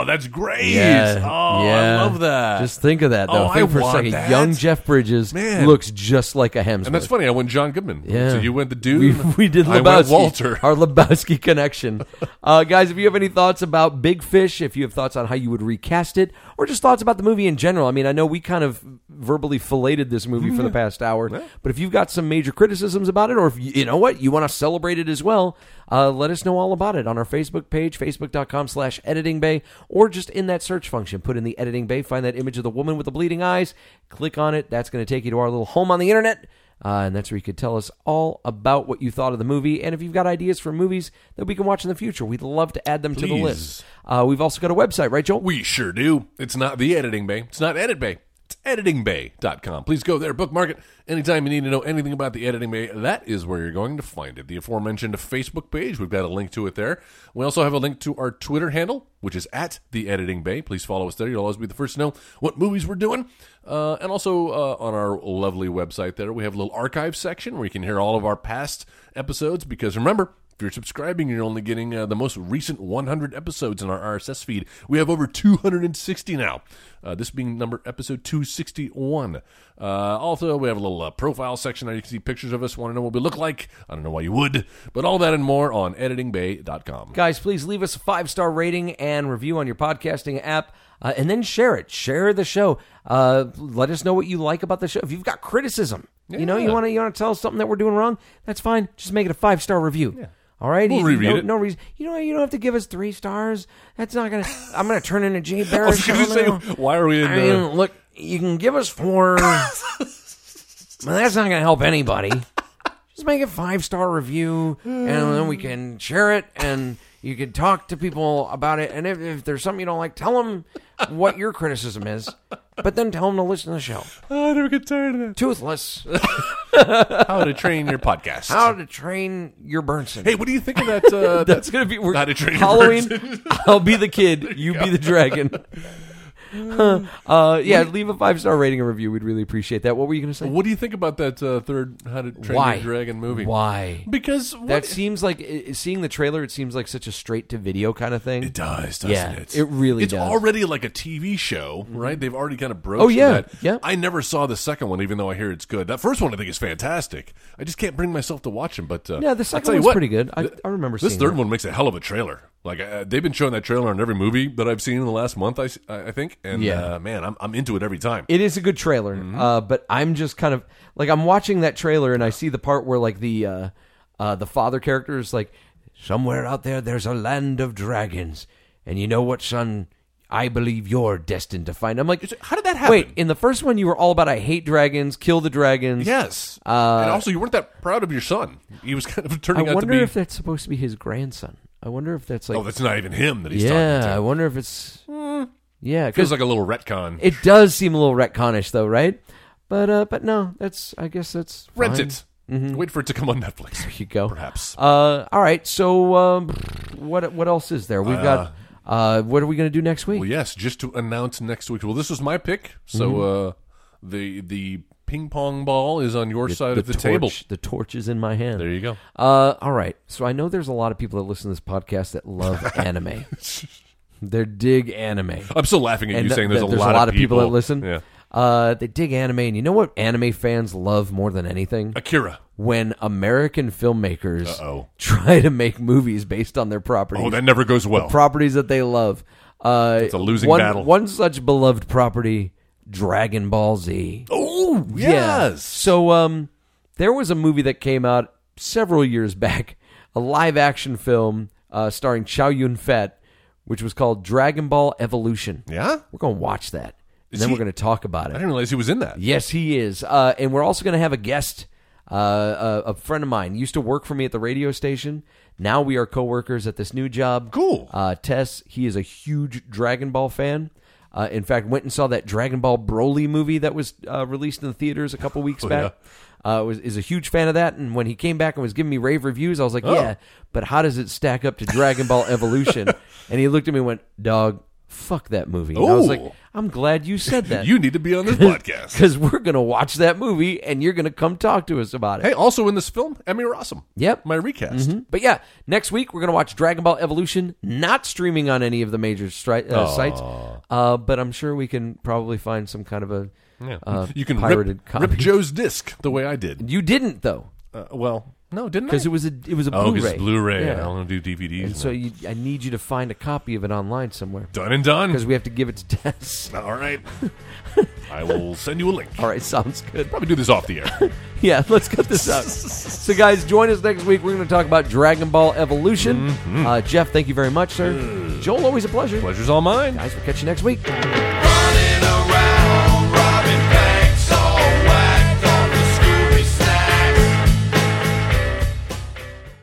oh, that's great. Oh, I love that.
Just think of that though.
Oh, I
think for
want
a second,
that.
young Jeff Bridges
Man.
looks just like a Hemsworth.
and that's funny. I went John Goodman.
Yeah.
So you went the dude.
We, we did
I
Lebowski.
went Walter.
Our Lebowski connection. Uh, guys, if you have any thoughts about Big Fish, if you have thoughts on how you would recast it, or just thoughts about the movie in general, I mean, I know we kind of verbally filleted this movie for the
Mm-hmm.
past hour, but if you've got some major criticisms about it, or if you, you know what, you want to celebrate it as well, uh, let us know all about it on our Facebook page, facebook.com slash editing bay, or just in that search function, put in the editing bay, find that image of the woman with the bleeding eyes, click on it. That's going to take you to our little home on the internet. Uh, and that's where you could tell us all about what you thought of the movie. And if you've got ideas for movies that we can watch in the future, we'd love to add them to the
Please.
list. Uh, we've also got a website, right, Joel?
We sure do. It's not the editing bay. It's not edit bay. It's editingbay.com. Please go there, bookmark it. Anytime you need to know anything about the editing bay, that is where you're going to find it. The aforementioned Facebook page, we've got a link to it there. We also have a link to our Twitter handle, which is at the editing bay. Please follow us there. You'll always be the first to know what movies we're doing. Uh, and also uh, on our lovely website there, we have a little archive section where you can hear all of our past episodes because remember, if you're subscribing, you're only getting uh, the most recent 100 episodes in our RSS feed. We have over 260 now. Uh, this being number episode 261. Uh, also, we have a little uh, profile section. There you can see pictures of us. Want to know what we look like? I don't know why you would, but all that and more on editingbay.com.
Guys, please leave us a five star rating and review on your podcasting app. Uh, and then share it. Share the show. Uh, let us know what you like about the show. If you've got criticism, you know, you
Yeah.
want to you want to tell us something that we're doing wrong, that's fine. Just make it a five star review. All right,
We'll
You-
reread
no,
it.
no reason. You know, you don't have to give us three stars. That's not gonna. I'm gonna turn into Jay Barry.
was gonna say, Oh, why are we in,
I mean,
uh,
look, you can give us four. well, that's not gonna help anybody just make a five star review and then we can share it and you can talk to people about it and if, if there's something you don't like tell them what your criticism is but then tell them to listen to the show
Oh, I never get tired of that.
toothless
How to train your podcast.
how to train your burnson
hey, what do you think of that? Uh,
that's gonna be we're,
How to Train Your
halloween i'll be the kid you be the dragon uh, yeah leave a five star rating and review we'd really appreciate that what were you gonna say
What do you think about that uh, third How to Train
Why?
Your Dragon movie?
why
Because what,
that seems like i- seeing the trailer it seems like such a straight to video kind of thing
It does, doesn't
Yeah,
it?
it really
It's
does. Mm-hmm.
already like a TV show, right? They've already kind of broached
Oh, yeah,
that.
yeah.
I never saw the second one, even though I hear it's good. That first one I think is fantastic. I just can't bring myself to watch them. But uh,
Yeah, the
I'll
second
tell you
one's
what,
pretty good. I-
th-
I remember
this
seeing
third
that.
one makes a hell of a trailer. Like uh, they've been showing that trailer on every movie that I've seen in the last month. I, s- I- I think, and
Yeah.
uh, man, I'm, I'm into it every time.
It is a good trailer,
Mm-hmm.
uh, but I'm just kind of like I'm watching that trailer and I see the part where like the uh, uh, the father character is like, somewhere out there, there's a land of dragons, and you know what, son. I believe you're destined to find. I'm like,
how did that happen?
Wait, in the first one, you were all about I hate dragons, kill the dragons.
yes, and also you weren't that proud of your son. He was kind of
Uh, I
turning out to
wonder
be.
if that's supposed to be his grandson. I wonder if that's like,
oh, that's not even him that he's talking
yeah.
to. Mm.
I wonder if it's, yeah,
Feels
because
like a little retcon.
it does seem a little retconish though, right? But uh, but no, that's I guess that's
Rent
fine.
it. Wait for it to come on Netflix.
you go.
Perhaps.
Uh, all right. So um, what what else is there? We've got. Uh, what are we going to do next week?
Well, yes, just to announce next week. Well, this was my pick, so uh, the the ping pong ball is on your side of the
torch,
table.
The torch is in my hand.
There you go.
Uh, all right. So I know there's a lot of people that listen to this podcast that love anime. they dig anime.
I'm still laughing at you
th-
saying there's,
th-
a, lot
of people, that listen.
Yeah,
Uh, they dig anime, and you know what anime fans love more than anything?
Akira.
When American filmmakers
Uh-oh.
try to make movies based on their properties.
Oh, that never goes well.
properties that they love. Uh, it's
a losing
one,
battle.
One such beloved property, Dragon Ball Z.
oh,
Yeah.
yes.
So um, there was a movie that came out several years back, a live action film uh, starring Chow Yun Fat, which was called Dragon Ball Evolution.
Yeah.
We're gonna watch that, and then
he-
we're gonna talk about it.
I didn't realize he was in that.
Yes, he is. Uh, and we're also going to have a guest, uh, a, a friend of mine, used to work for me at the radio station. Now we are coworkers at this new job.
Cool.
Uh, Tess, he is a huge Dragon Ball fan. Uh, in fact, went and saw that Dragon Ball Broly movie that was uh, released in the theaters a couple
Oh,
weeks back. Uh, was is a huge fan of that, and when he came back and was giving me rave reviews, I was
Oh.
like, "Yeah, but how does it stack up to Dragon Ball Evolution?" and he looked at me and went, "Dog, fuck that movie. And I was like,
Oh.
I'm glad you said that.
You need to be on this podcast.
because we're gonna watch that movie and you're gonna come talk to us about it.
Hey, also in this film, Emmy Rossum.
Yep.
My recast.
But yeah, next week we're gonna watch Dragon Ball Evolution, not streaming on any of the major stri- uh, sites, uh, but I'm sure we can probably find some kind of a uh,
you can
pirated
rip,
copy.
rip Joe's disc the way I did.
you didn't though,
Uh, well, no, didn't I?
because it was a it was a
oh,
Blu-ray.
because it's Blu-ray.
Yeah.
I don't do DVDs.
And so you, I need you to find a copy of it online somewhere
done and done.
because we have to give it to Tess.
All right. I will send you a link.
All right, sounds good.
Probably do this off the air.
Yeah, let's cut this out. so, guys, join us next week. We're going to talk about Dragon Ball Evolution. Uh, Jeff, thank you very much, sir. Joel, always a pleasure.
Pleasure's all mine.
Guys, we'll catch you next week.
Running around, robbing banks, all whacked on the Scooby Snacks.